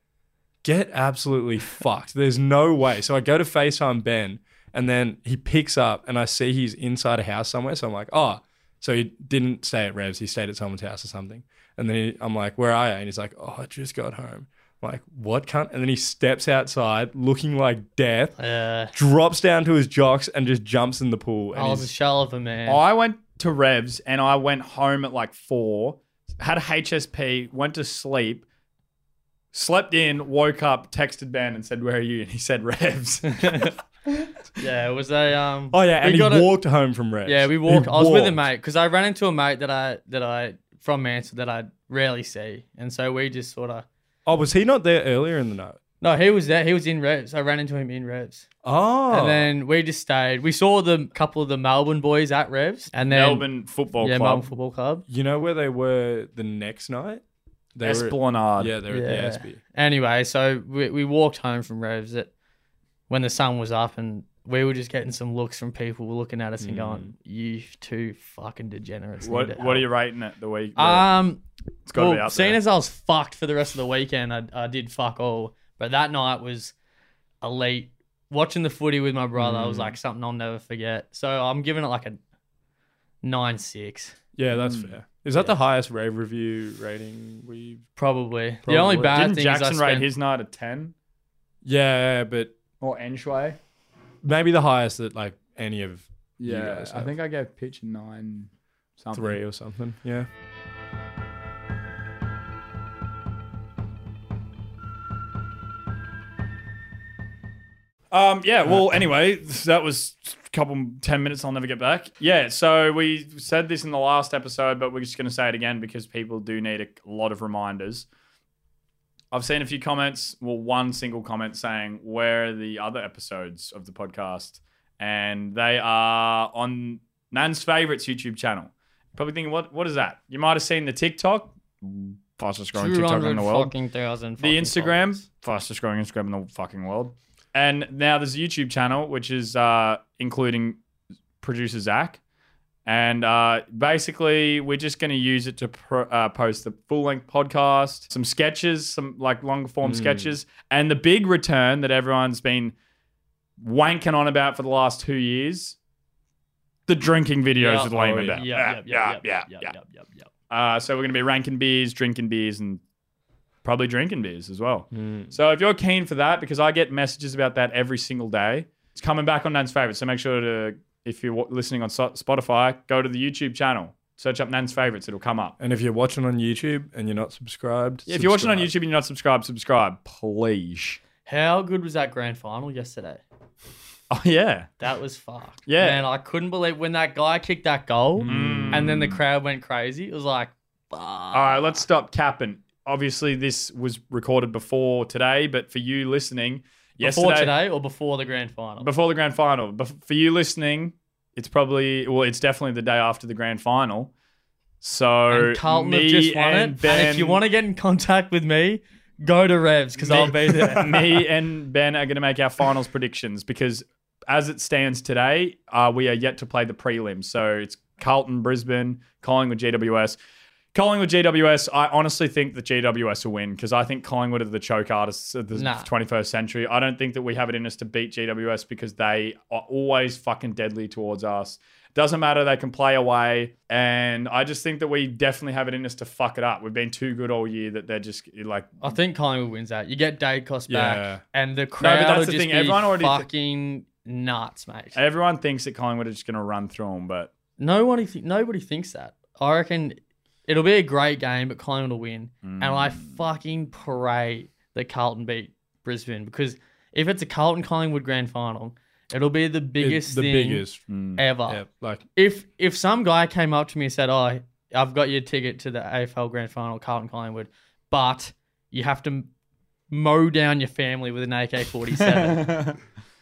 Speaker 2: get absolutely fucked. There's no way. So I go to FaceTime Ben and then he picks up and I see he's inside a house somewhere. So I'm like, oh, so he didn't stay at Revs. He stayed at someone's house or something. And then he, I'm like, where are you? And he's like, oh, I just got home. I'm like, what cunt? And then he steps outside looking like death,
Speaker 3: Yeah,
Speaker 2: drops down to his jocks and just jumps in the pool. And
Speaker 3: I was a
Speaker 2: he's-
Speaker 3: shell of a man.
Speaker 1: Oh, I went to Revs and I went home at like four, had a HSP, went to sleep, slept in, woke up, texted Ben and said, Where are you? And he said, Revs.
Speaker 3: yeah, it was a um.
Speaker 2: oh, yeah. And
Speaker 3: we
Speaker 2: he
Speaker 3: got a-
Speaker 2: walked home from Revs.
Speaker 3: Yeah, we
Speaker 2: He
Speaker 3: walked. I was with a
Speaker 2: walked.
Speaker 3: mate because I ran into a mate that I that I from Mansfield that I rarely see, and so we just sort of.
Speaker 2: Oh, was he not there earlier in the night?
Speaker 3: No, he was there. He was in revs. I ran into him in revs,
Speaker 2: Oh.
Speaker 3: and then we just stayed. We saw the couple of the Melbourne boys at revs, and then
Speaker 1: Melbourne Football
Speaker 3: yeah, Melbourne
Speaker 1: Club.
Speaker 3: Football Club.
Speaker 2: You know where they were the next night? They
Speaker 1: Esplanade.
Speaker 2: were yeah, they were
Speaker 3: Yeah.
Speaker 2: at the SB.
Speaker 3: Anyway, so we, we walked home from Revs at when the sun was up, and we were just getting some looks from people looking at us and going, "You two fucking degenerates." need
Speaker 1: Hmm. What,
Speaker 3: to
Speaker 1: what are
Speaker 3: help."
Speaker 1: you rating it the week?
Speaker 3: Um,
Speaker 1: it's got to be
Speaker 3: well,
Speaker 1: up
Speaker 3: seeing
Speaker 1: there.
Speaker 3: as I was fucked for the rest of the weekend, I, I did fuck all. But that night was elite. Watching the footy with my brother
Speaker 1: Mm.
Speaker 3: was like something I'll never forget. So I'm giving it like a nine six.
Speaker 2: Yeah, that's fair. Is that the highest rave review rating we've?
Speaker 3: Probably. The only
Speaker 2: Probably.
Speaker 3: bad
Speaker 1: Didn't
Speaker 3: thing
Speaker 1: Jackson
Speaker 3: is I
Speaker 1: rate
Speaker 3: spent,
Speaker 1: his night a 10
Speaker 2: Yeah, but
Speaker 1: or Enshway?
Speaker 2: maybe the highest that like any of You
Speaker 1: Yeah,
Speaker 2: guys
Speaker 1: I
Speaker 2: have.
Speaker 1: think I gave Pitch a 9 something.
Speaker 2: three or something. Yeah.
Speaker 1: Um, yeah, well, anyway, that was a couple, 10 minutes. I'll never get back. Yeah, so we said this in the last episode, but we're just going to say it again because people do need a lot of reminders. I've seen a few comments, well, one single comment saying, Where are the other episodes of the podcast? And they are on Nan's Favorites YouTube channel. Probably thinking, what, what is that? You might have seen the TikTok, fastest growing TikTok in the
Speaker 3: 200
Speaker 1: world
Speaker 3: fucking thousand
Speaker 1: the
Speaker 3: fucking
Speaker 1: Instagram,
Speaker 3: followers.
Speaker 1: fastest growing Instagram in the fucking world. And now there's a YouTube channel, which is uh, including producer Zach. And uh, basically, we're just going to use it to pro- uh, post the full length podcast, some sketches, some like long form
Speaker 3: Hmm.
Speaker 1: sketches, and the big return that everyone's been wanking on about for the last two years the drinking videos with Lame
Speaker 2: yeah.
Speaker 1: about.
Speaker 3: Oh, Yeah, yeah, yeah, yeah, yeah, yeah.
Speaker 1: Uh, so we're going to be ranking beers, drinking beers, and probably drinking beers as well.
Speaker 2: Mm.
Speaker 1: So if you're keen for that, because I get messages about that every single day, it's coming back on Nan's Favorites. So make sure to, if you're wa- listening on So- Spotify, go to the YouTube channel, search up Nan's Favorites, it'll come up.
Speaker 2: And if you're watching on YouTube and you're not subscribed,
Speaker 1: If you're watching on
Speaker 2: subscribe.
Speaker 1: YouTube and you're not subscribed, subscribe, please.
Speaker 3: How good was that grand final yesterday?
Speaker 1: Oh, yeah.
Speaker 3: That was fucked.
Speaker 1: Yeah.
Speaker 3: Man, I couldn't believe when that guy kicked that goal
Speaker 1: Mm.
Speaker 3: and then the crowd went crazy. It was like, fuck. All
Speaker 1: All right, let's stop capping. Obviously, this was recorded before today, but for you listening,
Speaker 3: Before
Speaker 1: yesterday,
Speaker 3: today or before the grand final?
Speaker 1: before the grand final. Bef- for you listening, it's probably well, it's definitely the day after the grand final. So
Speaker 3: and Carlton have
Speaker 1: me
Speaker 3: just won
Speaker 1: and
Speaker 3: it.
Speaker 1: Ben,
Speaker 3: and if you want to get in contact with me, go to Revs because I'll be there.
Speaker 1: me and Ben are going to make our finals predictions because as it stands today, uh, we are yet to play the prelims. So it's Carlton, Brisbane, Collingwood, GWS. Collingwood, GWS, I honestly think that GWS will win because I think Collingwood are the choke artists of the
Speaker 3: Nah.
Speaker 1: 21st century. I don't think that we have it in us to beat GWS because they are always fucking deadly towards us. Doesn't matter, they can play away. And I just think that we definitely have it in us to fuck it up. We've been too good all year that they're just like
Speaker 3: I think Collingwood wins that. You get Dacos
Speaker 2: Yeah.
Speaker 3: back, and the crowd
Speaker 1: that's
Speaker 3: will
Speaker 1: the
Speaker 3: just
Speaker 1: thing,
Speaker 3: be
Speaker 1: everyone already thi-
Speaker 3: fucking nuts, mate.
Speaker 1: Everyone thinks that Collingwood are just going to run through them, but
Speaker 3: Nobody, th- nobody thinks that. I reckon it'll be a great game, but Collingwood will win. And I
Speaker 1: Mm.
Speaker 3: fucking pray that Carlton beat Brisbane because if it's a Carlton Collingwood grand final, it'll be the
Speaker 2: It-
Speaker 3: biggest
Speaker 2: the
Speaker 3: thing
Speaker 2: biggest.
Speaker 3: ever.
Speaker 2: Yeah, like
Speaker 3: If if some guy came up to me and said, "Oh, I've got your ticket to the AFL grand final, Carlton Collingwood, but you have to m- mow down your family with an AK-47."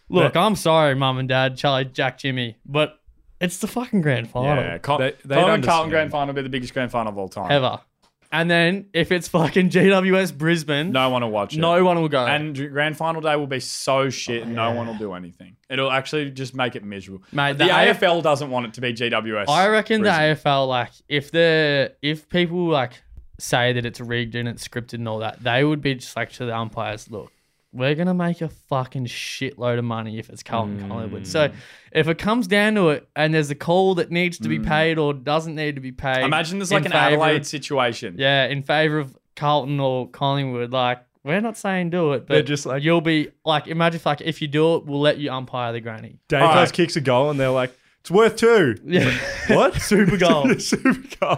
Speaker 3: Look, I'm sorry, mum and dad, Charlie, Jack, Jimmy, but it's the fucking grand final
Speaker 1: yeah, Col-
Speaker 2: They- they
Speaker 1: Collingwood
Speaker 2: don't
Speaker 1: Carlton
Speaker 2: understand.
Speaker 1: grand final will be the biggest grand final of all time.
Speaker 3: ever. And then if it's fucking GWS Brisbane,
Speaker 1: No one will watch it.
Speaker 3: no one will go.
Speaker 1: And dr- grand final day will be so shit, and no one will do anything. It'll actually just make it miserable.
Speaker 3: Oh, Mate,
Speaker 1: the,
Speaker 3: the
Speaker 1: AFL doesn't want it to be GWS.
Speaker 3: I reckon
Speaker 1: Brisbane.
Speaker 3: the AFL, like, if the if people like say that it's rigged and it's scripted and all that, they would be just like to the umpires, look, we're gonna make a fucking shitload of money if it's Carlton
Speaker 1: Mm.
Speaker 3: Collingwood. So if it comes down to it, and there's a call that needs to be paid or doesn't need to be paid,
Speaker 1: Mm. Imagine there's
Speaker 3: in
Speaker 1: like an
Speaker 3: favour-
Speaker 1: Adelaide situation.
Speaker 3: yeah, in favor of Carlton or Collingwood, like. We're not saying do it,
Speaker 2: They're
Speaker 3: but
Speaker 2: just like-
Speaker 3: you'll be like, imagine if like if you do it, we'll let you umpire the granny.
Speaker 2: Dacos
Speaker 1: Alright.
Speaker 2: kicks a goal and they're like, it's worth two.
Speaker 3: Yeah,
Speaker 2: What? Super
Speaker 3: goal.
Speaker 2: Super goal.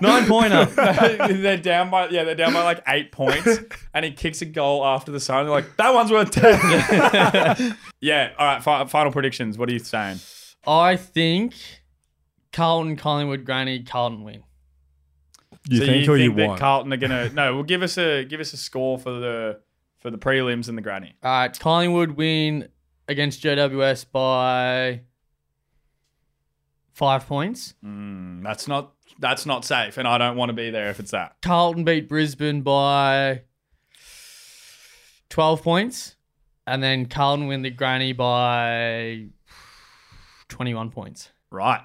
Speaker 3: nine pointer.
Speaker 1: they're down by yeah, they're down by like eight points, and he kicks a goal after the sign. They're like, that one's worth ten. yeah. All right. Fi- final predictions. What are you saying?
Speaker 3: I think Carlton, Collingwood, Granny, Carlton win.
Speaker 2: You
Speaker 1: so
Speaker 2: think
Speaker 1: you
Speaker 2: or
Speaker 1: think
Speaker 2: you
Speaker 1: that
Speaker 2: want?
Speaker 1: Carlton are gonna no? Well, give us a give us a score for the for the prelims and the granny.
Speaker 3: All right, Collingwood win against JWS by five points.
Speaker 1: Mm, that's not that's not safe, and I don't want to be there if it's that.
Speaker 3: Carlton beat Brisbane by twelve points, and then Carlton win the Granny by twenty-one points.
Speaker 1: Right.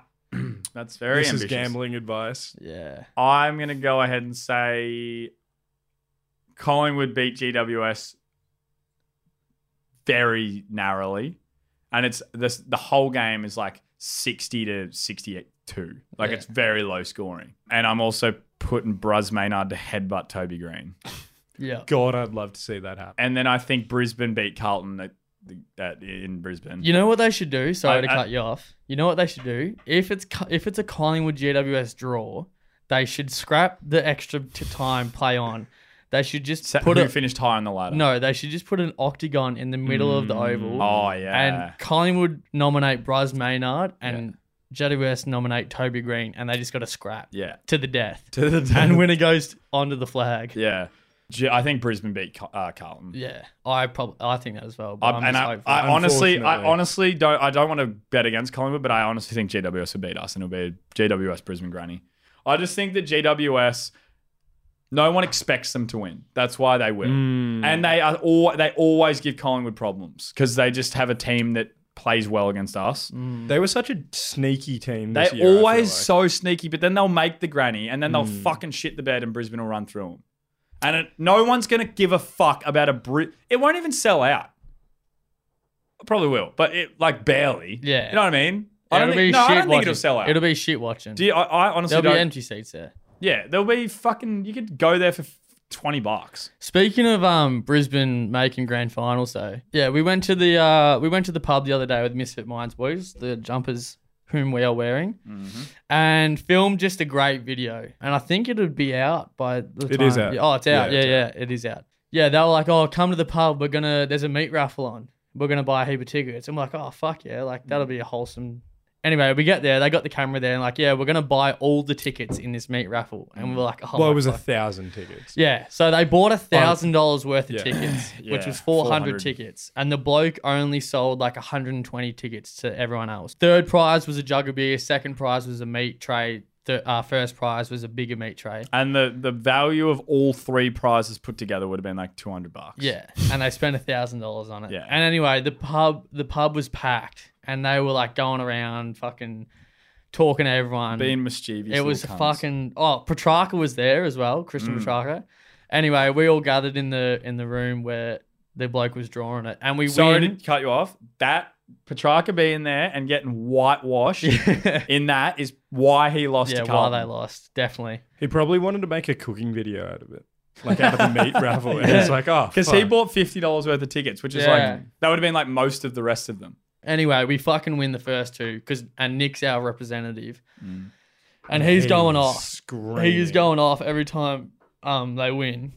Speaker 1: that's very
Speaker 2: this is
Speaker 1: ambitious.
Speaker 2: gambling advice.
Speaker 3: Yeah,
Speaker 1: I'm gonna go ahead and say Collingwood beat GWS very narrowly, and it's this the whole game is like sixty to sixty-two. Like
Speaker 3: Yeah.
Speaker 1: it's very low scoring, and I'm also putting Bruz Maynard to headbutt Toby Green.
Speaker 3: yeah.
Speaker 2: God, I'd love to see that happen.
Speaker 1: And then I think Brisbane beat Carlton at, at in Brisbane.
Speaker 3: You know what they should do? Sorry
Speaker 1: I-
Speaker 3: to
Speaker 1: I-
Speaker 3: cut you off. You know what they should do? If it's co- if it's a Collingwood GWS draw, they should scrap the extra t- time play on. They should just
Speaker 1: Sa-
Speaker 3: put
Speaker 1: who
Speaker 3: a
Speaker 1: finished high on the ladder?
Speaker 3: no. They should just put an octagon in the middle of the oval.
Speaker 1: Oh yeah.
Speaker 3: And Collingwood nominate Bryce Maynard and JWS nominate Toby Green, and they just got to scrap
Speaker 1: yeah.
Speaker 3: to the death.
Speaker 1: To the
Speaker 3: and winner goes onto the flag. Yeah,
Speaker 1: yeah. G- I think Brisbane beat Car- uh, Carlton.
Speaker 3: I probably I think that as well. But
Speaker 1: I,
Speaker 3: I'm
Speaker 1: and
Speaker 3: just
Speaker 1: I,
Speaker 3: hopeful.
Speaker 1: I honestly, I
Speaker 2: Unfortunately.
Speaker 1: honestly don't, I don't want to bet against Collingwood, but I honestly think GWS will beat us, and it'll be GWS Brisbane Granny. I just think that GWS, no one expects them to win. That's why
Speaker 3: Hmm.
Speaker 1: they will, and they are all they always give Collingwood problems because they just have a team that plays well against us.
Speaker 2: They were such a sneaky team.
Speaker 1: They
Speaker 2: This year, I feel
Speaker 1: always
Speaker 2: like. Hmm.
Speaker 1: so sneaky, but then they'll make the granny and then they'll fucking shit the bed and Brisbane will run through them. And it, no one's going to give a fuck about a Brit. It won't even sell out. It Probably will, but it like barely.
Speaker 3: Yeah.
Speaker 1: You know what I mean? I don't, think, no, I don't think it'll sell out.
Speaker 3: It'll be shit watching.
Speaker 1: Do you, I, I honestly
Speaker 3: There'll be
Speaker 1: don't.
Speaker 3: empty seats there.
Speaker 1: yeah, there'll be fucking. You could go there for f- 20 bucks.
Speaker 3: Speaking of um Brisbane making grand finals though, yeah, we went to the uh we went to the pub the other day with Misfit Minds boys, the jumpers whom we are wearing,
Speaker 2: Mm-hmm.
Speaker 3: and filmed just a great video. And I think it would be out by the
Speaker 2: It
Speaker 3: time.
Speaker 2: is out.
Speaker 3: Oh, it's out.
Speaker 2: Yeah,
Speaker 3: Yeah,
Speaker 2: it's
Speaker 3: yeah, it is out. Yeah, they were like, oh, come to the pub. We're gonna there's a meat raffle on. We're gonna buy a heap of tickets. I'm like, oh fuck yeah, like that'll be a wholesome. Anyway, we get there. They got the camera there and like, yeah, we're gonna buy all the tickets in this meat raffle. And we're like, oh,
Speaker 2: Well,
Speaker 3: my
Speaker 2: it was a
Speaker 3: fuck.
Speaker 2: thousand tickets.
Speaker 3: Yeah, so they bought a thousand dollars worth of
Speaker 2: Yeah.
Speaker 3: tickets, which
Speaker 1: Yeah,
Speaker 3: was four
Speaker 1: 400.
Speaker 3: hundred tickets, and the bloke only sold like hundred and twenty tickets to everyone else. Third prize was a jug of beer. Second prize was a meat tray. The uh, first prize was a bigger meat tray.
Speaker 1: And the, the value of all three prizes put together would have been like 200 bucks.
Speaker 3: Yeah, and they spent a thousand dollars on it.
Speaker 1: Yeah.
Speaker 3: And anyway, the pub the pub was packed, and they were like going around fucking talking to everyone.
Speaker 1: Being mischievous.
Speaker 3: It was
Speaker 1: little cunts.
Speaker 3: fucking. Oh, Petrarca was there as well, Christian Petrarca. Anyway, we all gathered in the in the room where the bloke was drawing it, and we
Speaker 1: Sorry
Speaker 3: win.
Speaker 1: to cut you off. That Petrarca being there and getting whitewashed in that is why he lost
Speaker 3: yeah,
Speaker 1: to
Speaker 3: why
Speaker 1: Carlton.
Speaker 3: they lost, definitely.
Speaker 2: He probably wanted to make a cooking video out of it, like out of the meat raffle. And it's like, oh,
Speaker 1: Because he
Speaker 2: fuck.
Speaker 1: bought fifty dollars worth of tickets, which is
Speaker 3: Yeah.
Speaker 1: like that would have been like most of the rest of them.
Speaker 3: Anyway, we fucking win the first two, cause and Nick's our representative, and he's going off.
Speaker 2: Screaming.
Speaker 3: He is going off every time um they win.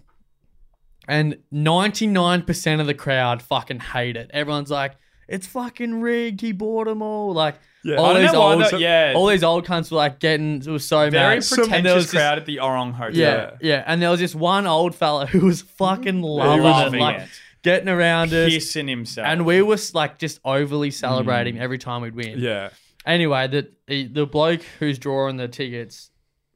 Speaker 3: And 99% of the crowd fucking hate it. Everyone's like, it's fucking rigged. He bought them all. Like,
Speaker 2: Yeah,
Speaker 3: all,
Speaker 1: I
Speaker 3: these
Speaker 1: don't know why
Speaker 3: old,
Speaker 1: that- yeah.
Speaker 3: all these old cunts were like getting, it was so
Speaker 1: Very
Speaker 3: mad. And there was
Speaker 1: pretentious
Speaker 3: this-
Speaker 1: crowd at the Orong Hotel.
Speaker 3: yeah, yeah, And there was this one old fella who was fucking loving,
Speaker 1: loving
Speaker 3: it. Like,
Speaker 1: it.
Speaker 3: getting around us.
Speaker 1: Kissing himself.
Speaker 3: And we were like just overly celebrating
Speaker 1: Mm.
Speaker 3: every time we'd win
Speaker 2: Yeah.
Speaker 3: anyway, the, the the bloke who's drawing the tickets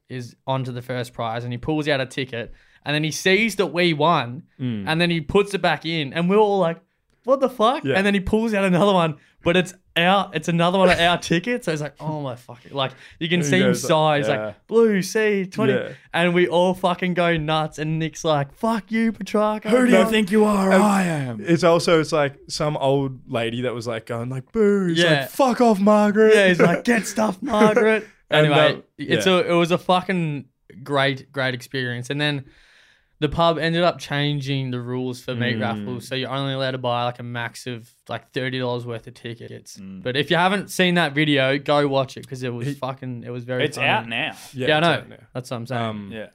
Speaker 3: is onto the first prize, and he pulls out a ticket, and then he sees that we won,
Speaker 2: Mm.
Speaker 3: and then he puts it back in, and we're all like, "What the fuck?"
Speaker 2: Yeah.
Speaker 3: And then he pulls out another one, but it's our it's another one of our tickets. So he's like, "Oh my fucking!" Like you can
Speaker 2: He
Speaker 3: see him
Speaker 2: goes,
Speaker 3: sigh. He's
Speaker 1: yeah.
Speaker 3: like, "Blue C 20
Speaker 2: Yeah.
Speaker 3: and we all fucking go nuts. And Nick's like, "Fuck you, Petrarca." Fuck
Speaker 1: think you are? I am.
Speaker 2: It's also it's like some old lady that was like going like boo. He's
Speaker 3: Yeah.
Speaker 2: like, fuck off, Margaret.
Speaker 3: Yeah, he's like, get stuff, Margaret.
Speaker 2: And
Speaker 3: anyway,
Speaker 1: um,
Speaker 2: that-
Speaker 3: it's
Speaker 2: yeah.
Speaker 3: a it was a fucking great great experience. And then the pub ended up changing the rules for meat
Speaker 1: Mm.
Speaker 3: raffles, so you're only allowed to buy like a max of like thirty dollars worth of tickets.
Speaker 1: Mm.
Speaker 3: But if you haven't seen that video, go watch it because it was fucking it was very.
Speaker 1: It's
Speaker 3: funny.
Speaker 1: out now.
Speaker 3: Yeah, I
Speaker 2: it's
Speaker 3: know.
Speaker 2: out now.
Speaker 3: That's what I'm saying.
Speaker 2: Um,
Speaker 1: Yeah.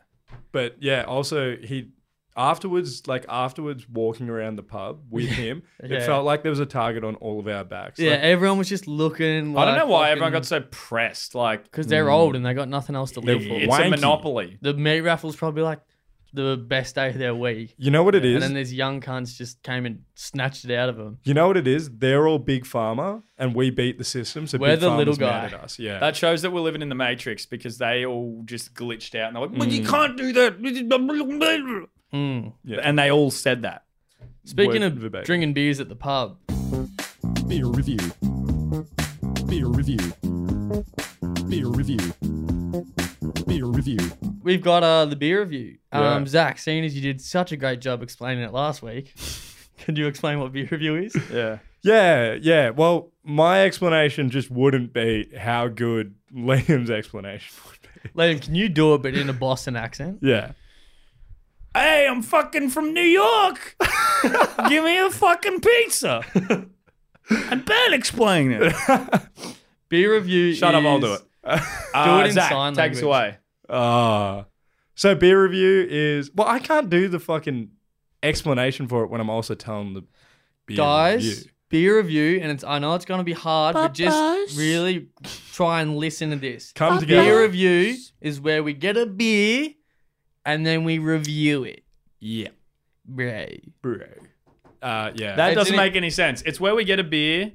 Speaker 2: But yeah, also he afterwards, like afterwards, walking around the pub with him,
Speaker 3: Yeah.
Speaker 2: it felt like there was a target on all of our backs.
Speaker 3: yeah,
Speaker 2: Like,
Speaker 3: everyone was just looking.
Speaker 1: I don't know why everyone got Mm. so pressed. Like
Speaker 3: because they're old and they got nothing else to live for.
Speaker 1: it's a
Speaker 2: wanky.
Speaker 1: monopoly.
Speaker 3: The meat raffle's probably like the best day of their week.
Speaker 2: you know what it
Speaker 3: And
Speaker 2: is.
Speaker 3: then these young cunts just came and snatched it out of them.
Speaker 2: you know what it is. They're all big farmer, and we beat the system. So
Speaker 3: We're
Speaker 2: big
Speaker 3: the little
Speaker 2: Pharma's mad
Speaker 3: guy.
Speaker 2: at us. Yeah.
Speaker 1: That shows that we're living in the Matrix because they all just glitched out and they're like, "Well,
Speaker 3: Mm.
Speaker 1: you can't do that."
Speaker 2: Yeah.
Speaker 1: And they all said that.
Speaker 3: Speaking
Speaker 2: Hmm. Word
Speaker 3: of
Speaker 2: verbatim.
Speaker 3: drinking beers at the pub,
Speaker 4: Beer review. Beer review. Beer review. Beer review.
Speaker 3: we've got uh, the beer review. Um,
Speaker 2: Yeah.
Speaker 3: Zach, seeing as you did such a great job explaining it last week, can you explain what beer review is?
Speaker 1: Yeah.
Speaker 2: Yeah, yeah. Well, my explanation just wouldn't be how good Liam's explanation would
Speaker 3: Liam, can you do it but in a Boston accent?
Speaker 2: be. Yeah.
Speaker 1: Hey, I'm fucking from New York. Give me a fucking pizza. and Ben explain it.
Speaker 3: Beer review.
Speaker 1: Shut up, I'll do
Speaker 3: is-
Speaker 1: it. Uh,
Speaker 3: in
Speaker 1: Zach,
Speaker 3: sign
Speaker 1: take us
Speaker 3: language.
Speaker 1: away.
Speaker 2: Ah. so beer review is well, I can't do the fucking explanation for it when I'm also telling the beer
Speaker 3: Guys,
Speaker 2: review.
Speaker 3: beer review, and it's I know it's gonna be hard, but just really try and listen to this.
Speaker 2: Come together.
Speaker 3: Beer review is where we get a beer and then we review it.
Speaker 2: yeah.
Speaker 3: Right.
Speaker 2: Bro. Uh, yeah.
Speaker 1: That
Speaker 3: It's
Speaker 1: doesn't
Speaker 3: in it-
Speaker 1: make any sense. It's where we get a beer.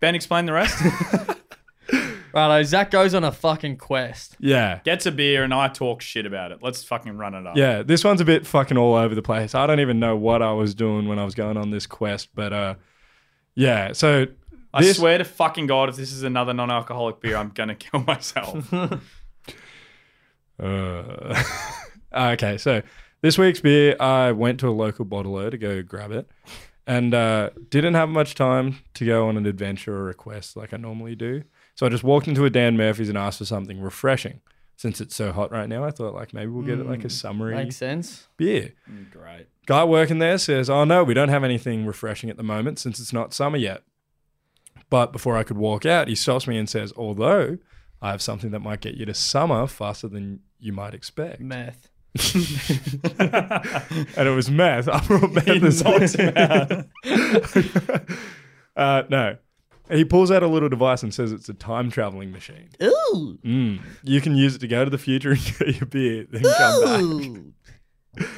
Speaker 1: Ben, explain the rest.
Speaker 3: Righto, Zach goes on a fucking quest.
Speaker 2: yeah.
Speaker 1: Gets a beer and I talk shit about it. Let's fucking run it up.
Speaker 2: Yeah, this one's a bit fucking all over the place. I don't even know what I was doing when I was going on this quest, but uh yeah, so
Speaker 1: I
Speaker 2: This-
Speaker 1: swear to fucking God, if this is another non alcoholic beer, I'm going to kill myself.
Speaker 2: Uh, okay, so this week's beer, I went to a local bottler to go grab it, and uh, didn't have much time to go on an adventure or request like I normally do. So I just walked into a Dan Murphy's and asked for something refreshing. Since it's so hot right now, I thought like maybe we'll get it like a summery
Speaker 3: Makes sense.
Speaker 2: beer.
Speaker 1: Mm, Great.
Speaker 2: Guy working there says, "Oh no, we don't have anything refreshing at the moment since it's not summer yet." But before I could walk out, he stops me and says, "Although I have something that might get you to summer faster than you might expect."
Speaker 3: Meth.
Speaker 2: and it was meth. I brought meth this
Speaker 1: knocked him
Speaker 2: uh, no. He pulls out a little device and says it's a time traveling machine.
Speaker 3: Ooh.
Speaker 2: Mm. You can use it to go to the future and get your beer, then come back.
Speaker 3: Ooh.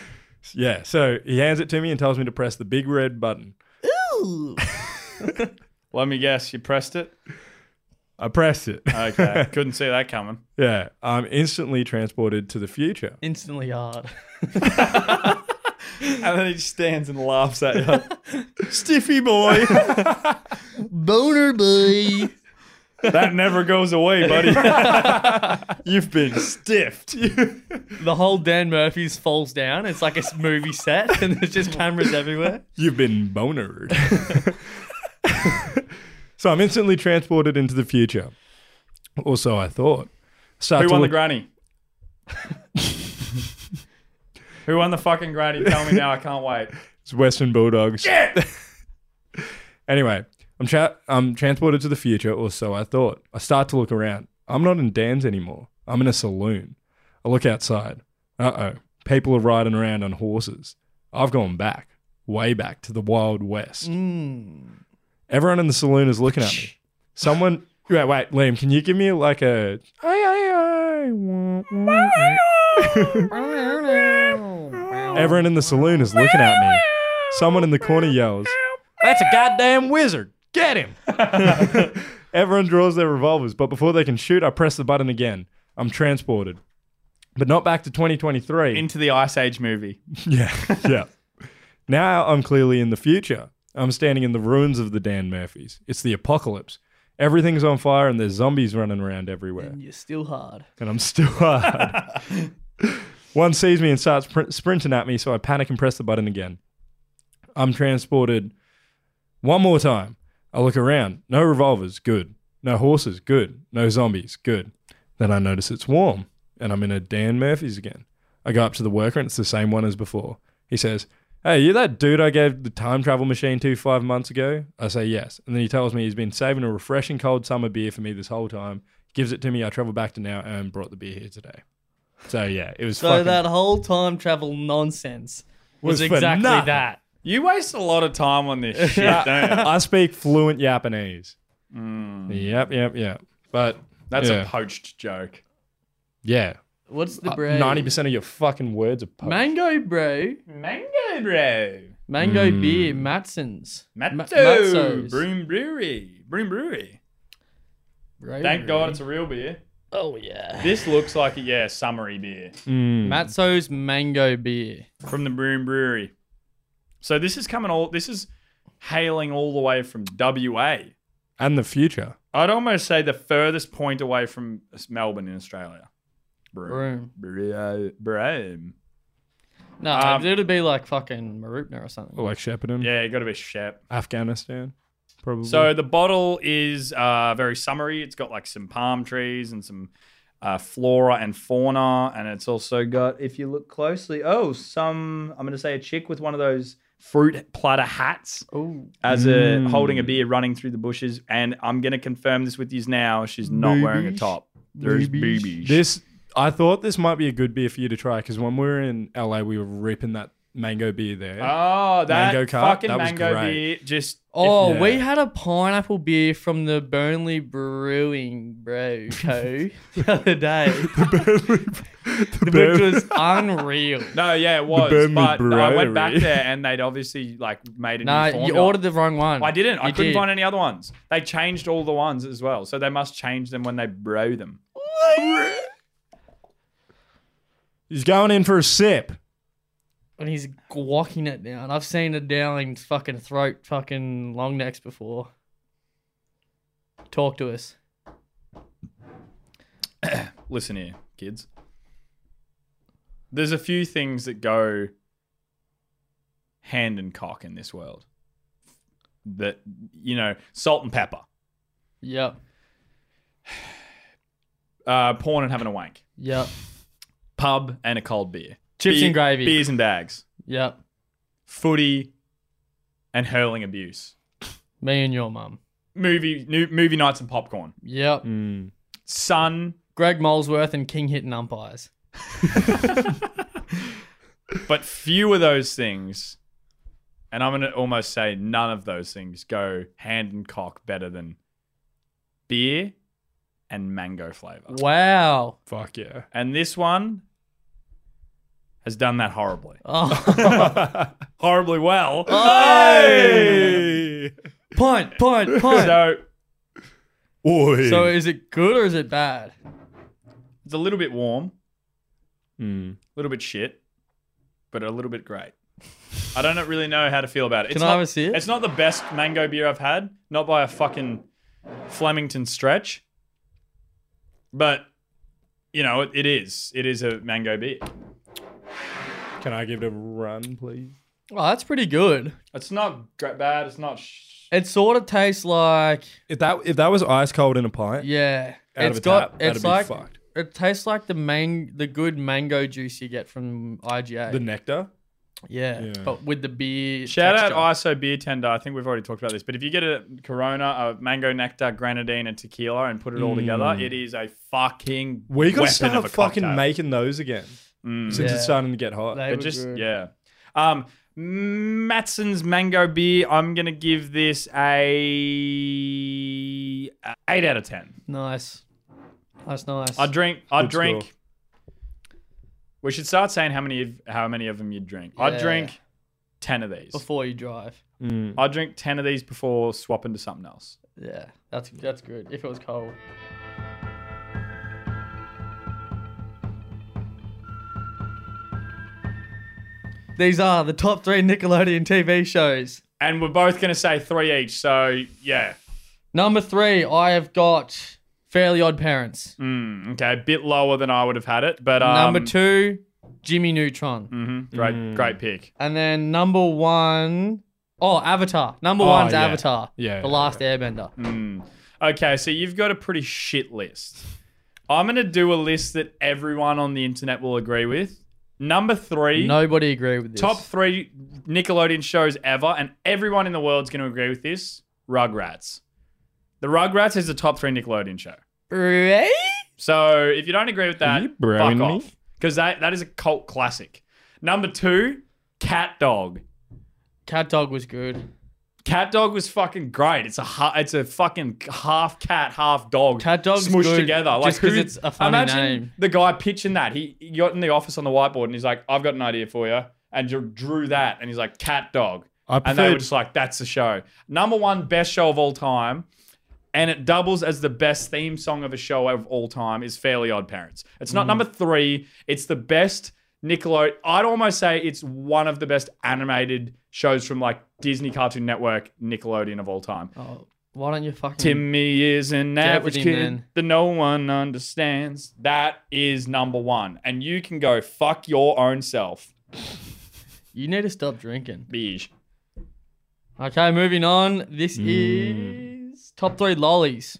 Speaker 2: Yeah, so he hands it to me and tells me to press the big red button.
Speaker 3: Ooh.
Speaker 1: Let me guess, you pressed it?
Speaker 2: I press it.
Speaker 1: Okay. Couldn't see that coming.
Speaker 2: yeah, I'm instantly transported to the future.
Speaker 3: Instantly hard.
Speaker 1: And then he just stands and laughs at you. Stiffy boy.
Speaker 3: Boner boy.
Speaker 1: that never goes away, buddy. You've been stiffed.
Speaker 3: the whole Dan Murphy's falls down. It's like a s- movie set, and there's just cameras everywhere.
Speaker 2: You've been bonered. so I'm instantly transported into the future. Or so I thought. Start
Speaker 1: Who
Speaker 2: to
Speaker 1: won the
Speaker 2: look-
Speaker 1: granny? Who won the fucking granny? Tell me now. I can't wait.
Speaker 2: It's Western Bulldogs. anyway, I'm tra- I'm transported to the future, or so I thought. I start to look around. I'm not in Dan's anymore. I'm in a saloon. I look outside. Uh oh. People are riding around on horses. I've gone back, way back to the Wild West.
Speaker 3: Hmm,
Speaker 2: Everyone in the saloon is looking at me. Someone, wait, wait, Liam, can you give me like a? Aye, aye, aye, wah, wah, wah. Everyone in the saloon is looking at me. Someone in the corner yells, That's a goddamn wizard. Get him. Everyone draws their revolvers, but before they can shoot, I press the button again. I'm transported. But not back to 2023.
Speaker 1: Into the Ice Age movie.
Speaker 2: yeah, yeah. Now I'm clearly in the future. I'm standing in the ruins of the Dan Murphys. It's the apocalypse. Everything's on fire and there's zombies running around everywhere
Speaker 3: You're still hard.
Speaker 2: and I'm still hard. One sees me and starts pr- sprinting at me, so I panic and press the button again. I'm transported one more time. I look around. No revolvers, good. No horses, good. No zombies, good. Then I notice it's warm, and I'm in a Dan Murphy's again. I go up to the worker, and it's the same one as before. He says, Hey, you that dude I gave the time travel machine to five months ago? I say yes. And then he tells me he's been saving a refreshing cold summer beer for me this whole time gives it to me. I travel back to now and brought the beer here today. So yeah, it was
Speaker 3: So
Speaker 2: fucking,
Speaker 3: that whole time travel nonsense was,
Speaker 2: Was for
Speaker 3: exactly
Speaker 2: nothing.
Speaker 3: that.
Speaker 1: You waste a lot of time on this shit, don't you?
Speaker 2: I speak fluent Japanese. Yep, yep, yep. But
Speaker 1: Mm. That's
Speaker 2: yeah,
Speaker 1: a poached joke.
Speaker 2: yeah.
Speaker 3: What's the bread?
Speaker 2: Uh, Ninety percent of your fucking words are po-
Speaker 3: Mango bro.
Speaker 1: Mango bro.
Speaker 3: Mango
Speaker 2: Hmm.
Speaker 3: beer. Matson's. Ma-
Speaker 1: Matzo.
Speaker 3: Matzo's.
Speaker 1: Broom Brewery. Broom Brewery.
Speaker 3: Bro,
Speaker 1: Thank
Speaker 3: bro.
Speaker 1: God it's a real beer.
Speaker 3: Oh yeah.
Speaker 1: This looks like a, yeah, summery beer
Speaker 2: Mm.
Speaker 3: Matzo's mango beer.
Speaker 1: from the Broom Brewery. So this is coming all, this is hailing all the way from WA.
Speaker 2: and the future.
Speaker 1: I'd almost say the furthest point away from Melbourne in Australia. Broom.
Speaker 3: Broom.
Speaker 1: Broom. Broom.
Speaker 3: No,
Speaker 1: Um,
Speaker 3: it'd be like fucking Marupna or something.
Speaker 2: Like
Speaker 3: Hmm.
Speaker 2: Shepparton,
Speaker 1: Yeah, you got to be Shep.
Speaker 2: Afghanistan, probably.
Speaker 1: So the bottle is uh, very summery. It's got like some palm trees and some uh, flora and fauna, and it's also got, if you look closely, oh, some I'm going to say a chick with one of those fruit platter hats
Speaker 3: Oh,
Speaker 1: as
Speaker 2: Mm.
Speaker 1: a holding a beer running through the bushes. And I'm going to confirm this with you now. She's not wearing a
Speaker 3: Boobies.
Speaker 1: top. There's
Speaker 3: Boobies.
Speaker 1: boobies.
Speaker 2: this, I thought this might be a good beer for you to try because when we were in LA, we were ripping that mango beer there.
Speaker 1: Oh, that
Speaker 2: Mango cup,
Speaker 1: fucking
Speaker 2: that was
Speaker 1: mango
Speaker 2: great.
Speaker 1: beer. Just
Speaker 3: oh,
Speaker 2: yeah.
Speaker 3: we had a pineapple beer from the Burnley Brewing Bro Co. the other day,
Speaker 2: the
Speaker 3: which was unreal.
Speaker 1: no, yeah, it was.
Speaker 2: Burnley
Speaker 1: But I went back
Speaker 2: Brewery.
Speaker 1: there, and they'd obviously like made it.
Speaker 3: No,
Speaker 1: new
Speaker 3: you
Speaker 1: formula.
Speaker 3: ordered the wrong one.
Speaker 1: I didn't. I
Speaker 3: You
Speaker 1: couldn't
Speaker 3: did.
Speaker 1: find any other ones. They changed all the ones as well, so they must change them when they bro them.
Speaker 2: He's going in for a sip.
Speaker 3: And he's guacking it down. I've seen a Dowling fucking throat fucking long necks before. Talk to us.
Speaker 1: listen here, kids. There's a few things that go hand and cock in this world. That you know, salt and pepper,
Speaker 3: Yep.
Speaker 1: uh, porn and having a wank,
Speaker 3: Yep.
Speaker 1: pub and a cold beer,
Speaker 3: Chips
Speaker 1: Beer-
Speaker 3: and gravy.
Speaker 1: beers and bags,
Speaker 3: Yep.
Speaker 1: footy, and hurling abuse,
Speaker 3: Me and your mum.
Speaker 1: movie new, movie nights and popcorn,
Speaker 3: Yep.
Speaker 1: Mm.
Speaker 2: Mm,
Speaker 1: sun,
Speaker 3: Greg Molesworth and King hitting umpires.
Speaker 1: but few of those things, and I'm gonna almost say none of those things go hand and cock better than beer and mango flavor.
Speaker 3: Wow.
Speaker 2: Fuck yeah.
Speaker 1: And this one has done that horribly,
Speaker 3: Oh.
Speaker 1: horribly well.
Speaker 3: punt, punt, punt. So,
Speaker 1: So
Speaker 2: Oi.
Speaker 3: is it good or is it bad?
Speaker 1: it's a little bit warm,
Speaker 2: Mm.
Speaker 1: a little bit shit, but a little bit great. I don't really know how to feel about it.
Speaker 3: Can
Speaker 1: it's
Speaker 3: I
Speaker 1: not,
Speaker 3: have a sip?
Speaker 1: It's not the best mango beer I've had, not by a fucking Flemington stretch, but you know it, it is. It is a mango beer.
Speaker 2: Can I give it a run, please?
Speaker 3: Oh, that's pretty good.
Speaker 1: It's not gr- bad. It's not. Sh-
Speaker 3: It sort of tastes like
Speaker 2: If that if that was ice cold in a pint,
Speaker 3: yeah.
Speaker 2: out
Speaker 3: It's
Speaker 2: of a
Speaker 3: got
Speaker 2: tap, that'd
Speaker 3: it's
Speaker 2: be
Speaker 3: like
Speaker 2: fucked.
Speaker 3: it tastes like the man the good mango juice you get from IGA.
Speaker 2: The nectar.
Speaker 3: yeah,
Speaker 2: Yeah.
Speaker 3: But with the beer.
Speaker 1: Shout
Speaker 3: texture.
Speaker 1: out ISO Beer Tender. I think we've already talked about this, but if you get a Corona, a mango nectar, grenadine, and tequila, and put it all
Speaker 3: Mm.
Speaker 1: together, it is a fucking
Speaker 2: We gotta
Speaker 1: weapon of
Speaker 2: start
Speaker 1: a
Speaker 2: fucking
Speaker 1: cocktail.
Speaker 2: making those again
Speaker 1: Mm.
Speaker 2: since
Speaker 3: Yeah.
Speaker 2: it's starting to get hot.
Speaker 3: They
Speaker 1: But
Speaker 3: were
Speaker 1: just
Speaker 3: good.
Speaker 1: yeah. Um, Matson's mango beer. I'm gonna give this a a eight out of ten.
Speaker 3: Nice. That's nice.
Speaker 1: I drink. I
Speaker 2: Good
Speaker 1: drink.
Speaker 2: score.
Speaker 1: We should start saying how many of how many of them you drink.
Speaker 3: Yeah.
Speaker 1: I drink ten of these.
Speaker 3: Before you drive.
Speaker 2: Mm.
Speaker 1: I drink ten of these before swapping to something else.
Speaker 3: Yeah, that's that's good. If it was cold. These are the top three Nickelodeon TV shows.
Speaker 1: And we're both gonna say three each. So yeah.
Speaker 3: Number three, I have got Fairly Odd Parents.
Speaker 1: Mm, okay, a bit lower than I would have had it, but um,
Speaker 3: number two, Mm. Jimmy Neutron.
Speaker 1: mhm, great, great pick.
Speaker 3: And then number one, oh, Avatar. Number one's
Speaker 2: yeah.
Speaker 3: Avatar.
Speaker 2: Yeah,
Speaker 3: The
Speaker 2: yeah,
Speaker 3: Last Airbender.
Speaker 1: Mm. Hmm. Okay, so you've got a pretty shit list. I'm going to do a list that everyone on the internet will agree with. Number three,
Speaker 3: Nobody agree with this.
Speaker 1: top three Nickelodeon shows ever, and everyone in the world's going to agree with this Rugrats. The Rugrats is the top three Nickelodeon show.
Speaker 3: Really?
Speaker 1: So if you don't agree with that,
Speaker 2: you
Speaker 1: fuck
Speaker 2: browing me?
Speaker 1: off. Because that, that is a cult classic. Number two, Cat Dog.
Speaker 3: Cat Dog was good.
Speaker 1: Cat Dog was fucking great. It's a ha- it's a fucking half cat, half dog.
Speaker 3: Cat dog's
Speaker 1: smushed
Speaker 3: good
Speaker 1: together. Like
Speaker 3: just 'cause
Speaker 1: who-
Speaker 3: it's a funny
Speaker 1: imagine
Speaker 3: name.
Speaker 1: The guy pitching that he, he got in the office on the whiteboard and he's like, "I've got an idea for you," and dr- drew that, and he's like, "Cat Dog,"
Speaker 2: I
Speaker 1: and they were
Speaker 2: preferred-
Speaker 1: just like, "That's the show, number one best show of all time." And it doubles as the best theme song of a show of all time is Fairly Odd Parents. It's
Speaker 2: Mm.
Speaker 1: not number three. It's the best Nickelodeon. I'd almost say it's one of the best animated shows from like Disney Cartoon Network, Nickelodeon of all time.
Speaker 3: Oh, why don't you fucking
Speaker 1: Timmy is an
Speaker 3: Get
Speaker 1: average
Speaker 3: with him,
Speaker 1: kid
Speaker 3: man.
Speaker 1: that no one understands. That is number one. And you can go fuck your own self,
Speaker 3: You need to stop drinking.
Speaker 1: Beige.
Speaker 3: Okay, moving on. This
Speaker 1: Hmm.
Speaker 3: is top three lollies.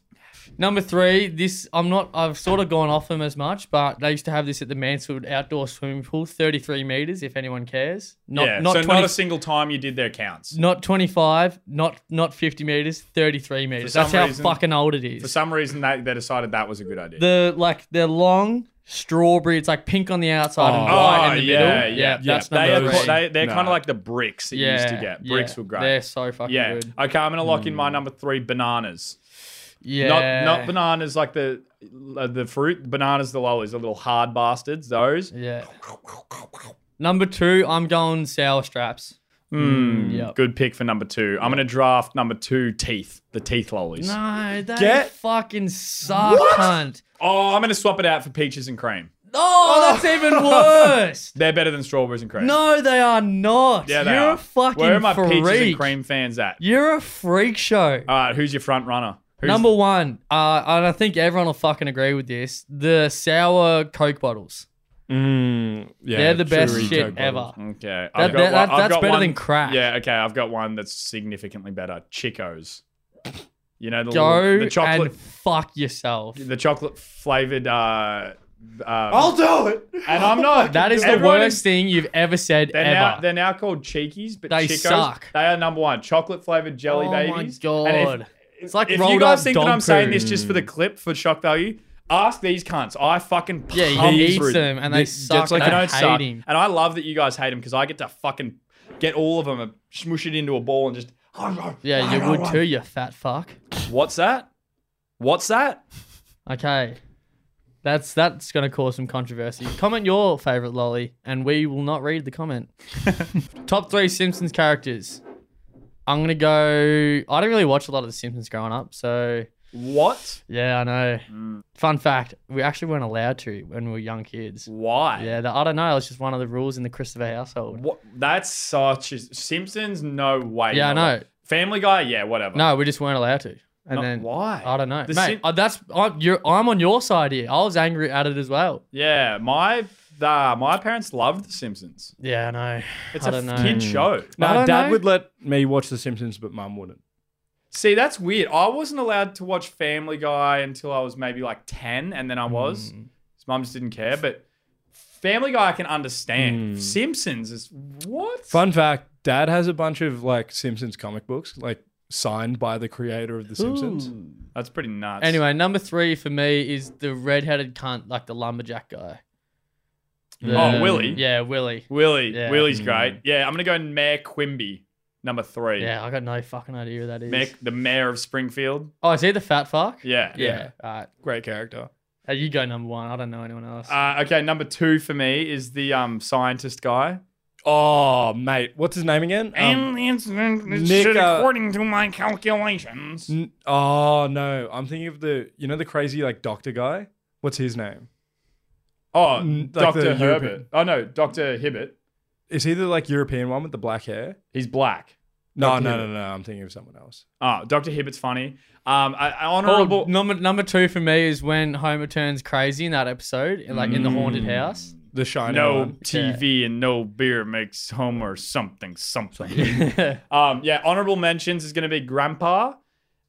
Speaker 3: Number three, this I'm not. I've sort of gone off them as much, but they used to have this at the Mansfield outdoor swimming pool, 33 meters. If anyone cares, not
Speaker 1: yeah,
Speaker 3: not
Speaker 1: so
Speaker 3: 20,
Speaker 1: not a single time you did their counts.
Speaker 3: not 25, not not 50 meters, 33 meters.
Speaker 1: some
Speaker 3: That's how
Speaker 1: reason-
Speaker 3: fucking old it
Speaker 1: For
Speaker 3: is.
Speaker 1: some reason, they, they decided that was a good idea.
Speaker 3: The like they're long strawberry. It's like pink on the outside and white in the
Speaker 1: Oh, yeah,
Speaker 3: middle.
Speaker 1: yeah,
Speaker 3: yeah, that's
Speaker 1: they
Speaker 3: number
Speaker 1: are,
Speaker 3: three.
Speaker 1: co- they, they're
Speaker 2: Nah.
Speaker 1: kind of like the bricks that you used to get. Bricks
Speaker 3: yeah.
Speaker 1: were great.
Speaker 3: They're so fucking
Speaker 1: yeah.
Speaker 3: good. Hmm.
Speaker 1: Okay, I'm going to lock in my number three bananas. Not
Speaker 3: Yeah.
Speaker 1: not bananas like the uh, the fruit, bananas, the lollies, the little hard bastards, those.
Speaker 3: Yeah.
Speaker 2: Hmm.
Speaker 3: Number two, I'm going sour straps.
Speaker 1: Mm,
Speaker 3: yep.
Speaker 1: Good pick for number two. I'm going to draft number two teeth, the teeth lollies.
Speaker 3: No, they
Speaker 2: Get-
Speaker 3: fucking suck, cunt.
Speaker 1: Oh, I'm going to swap it out for peaches and cream.
Speaker 3: Oh, that's even worse.
Speaker 1: They're better than strawberries and cream.
Speaker 3: No, they are not.
Speaker 1: yeah, they
Speaker 3: You're
Speaker 1: are.
Speaker 3: a fucking
Speaker 1: Where are my
Speaker 3: freak.
Speaker 1: peaches and cream fans at?
Speaker 3: You're a freak show.
Speaker 1: All right, who's your front runner? Who's-
Speaker 3: Number one, uh, and I think everyone will fucking agree with this: the sour Coke bottles.
Speaker 2: Mm, yeah,
Speaker 3: They're the best
Speaker 2: sugary
Speaker 3: shit
Speaker 2: Coke
Speaker 3: ever.
Speaker 2: bottles.
Speaker 1: Okay.
Speaker 3: That- that- that- that's better than crack.
Speaker 1: Yeah, okay. I've got one that's significantly better. Chicos. You know the
Speaker 3: Go
Speaker 1: little- the chocolate
Speaker 3: and fuck yourself.
Speaker 1: the chocolate flavored uh uh
Speaker 2: I'll do it.
Speaker 1: and I'm not
Speaker 3: Oh, That is the
Speaker 1: everyone
Speaker 3: worst thing you've ever said
Speaker 1: They're now,
Speaker 3: ever.
Speaker 1: they're now called cheekies, but
Speaker 3: They
Speaker 1: Chicos,
Speaker 3: suck.
Speaker 1: They are number one. Chocolate flavored jelly
Speaker 3: Oh my
Speaker 1: babies.
Speaker 3: God.
Speaker 1: And if-
Speaker 3: It's like
Speaker 1: if you
Speaker 3: rolled
Speaker 1: guys
Speaker 3: up
Speaker 1: think that I'm
Speaker 3: dog
Speaker 1: saying
Speaker 3: poo.
Speaker 1: this just for the clip for shock value, ask these cunts. I fucking
Speaker 3: yeah,
Speaker 1: pump
Speaker 3: he eats
Speaker 1: through
Speaker 3: them and they
Speaker 2: Gets
Speaker 3: suck.
Speaker 2: like
Speaker 1: Like,
Speaker 3: and I
Speaker 1: I
Speaker 3: hate
Speaker 1: don't suck.
Speaker 3: him.
Speaker 1: And I love that you guys hate them because I get to fucking get all of them and smush it into a ball and just.
Speaker 3: Yeah, you would too, you fat fuck.
Speaker 1: What's that? What's that?
Speaker 3: Okay. That's that's gonna cause some controversy. Comment your favorite lolly, and we will not read the comment. Top three Simpsons characters. I'm gonna go. I didn't really watch a lot of The Simpsons growing up, so
Speaker 1: What?
Speaker 3: yeah, I know.
Speaker 1: Mm.
Speaker 3: Fun fact: we actually weren't allowed to when we were young kids.
Speaker 1: Why?
Speaker 3: Yeah, the, I don't know. It's just one of the rules in the Christopher household.
Speaker 1: What? That's such. A, Simpsons? No way.
Speaker 3: Yeah, I
Speaker 1: no
Speaker 3: know.
Speaker 1: way. Family Guy? Yeah, whatever.
Speaker 3: No, we just weren't allowed to. And
Speaker 1: Not-
Speaker 3: then
Speaker 1: why?
Speaker 3: I don't know,
Speaker 1: The
Speaker 3: mate.
Speaker 1: Sim-
Speaker 3: uh, that's I'm, you're, I'm on your side here. I was angry at it as well.
Speaker 1: Yeah, my uh, my parents loved The Simpsons.
Speaker 3: Yeah, I know.
Speaker 1: It's
Speaker 3: I
Speaker 1: a
Speaker 3: don't know. Hmm.
Speaker 1: kid show.
Speaker 3: I
Speaker 2: No,
Speaker 3: don't
Speaker 2: Dad
Speaker 3: know.
Speaker 2: would let me watch The Simpsons, but Mum wouldn't.
Speaker 1: See, that's weird. I wasn't allowed to watch Family Guy until I was maybe like ten, and
Speaker 3: Hmm.
Speaker 1: then I was. His mum just didn't care, but. Family Guy, I can understand.
Speaker 3: Hmm.
Speaker 2: Mm.
Speaker 1: Simpsons is what?
Speaker 2: Fun fact: Dad has a bunch of like Simpsons comic books, like signed by the creator of The Simpsons.
Speaker 1: That's pretty nuts.
Speaker 3: Anyway, number three for me is the redheaded cunt, like the lumberjack guy.
Speaker 1: Oh, Willie?
Speaker 3: Yeah, Willie.
Speaker 1: Willie,
Speaker 3: Yeah. Hmm.
Speaker 1: Willie's
Speaker 2: Mm.
Speaker 1: great. Yeah, I'm gonna go Mayor Quimby, number three.
Speaker 3: Yeah, I got no fucking idea who that is.
Speaker 1: Mayor, the mayor of Springfield.
Speaker 3: Oh, is he the fat fuck?
Speaker 1: Yeah.
Speaker 3: Yeah. All right.
Speaker 2: Great character.
Speaker 3: Uh, you go number one. I don't know anyone else.
Speaker 1: Uh, okay, number two for me is the um scientist guy.
Speaker 2: Oh, mate, what's his name again? Um,
Speaker 1: and the incident is
Speaker 2: Nick,
Speaker 1: should,
Speaker 2: uh,
Speaker 1: according to my calculations.
Speaker 2: n- oh no, I'm thinking of the you know the crazy like doctor guy. What's his name?
Speaker 1: Oh,
Speaker 2: N- like
Speaker 1: Doctor
Speaker 2: the
Speaker 1: Herbert.
Speaker 2: European-
Speaker 1: Oh no, Doctor Hibbert.
Speaker 2: Is he the like European one with the black hair?
Speaker 1: He's black.
Speaker 2: No,
Speaker 1: Dr.
Speaker 2: no, no,
Speaker 1: Hibbert.
Speaker 2: no. I'm thinking of someone else.
Speaker 1: Oh, Doctor Hibbert's funny. Um, I, I-
Speaker 3: oh,
Speaker 1: honorable.
Speaker 3: number number two for me is when Homer turns crazy in that episode, in, like in
Speaker 1: Mm.
Speaker 3: the haunted house.
Speaker 2: The shining
Speaker 1: no
Speaker 2: one.
Speaker 1: TV and no beer makes Homer something something.
Speaker 3: yeah,
Speaker 1: Um, yeah, honorable mentions is going to be Grandpa,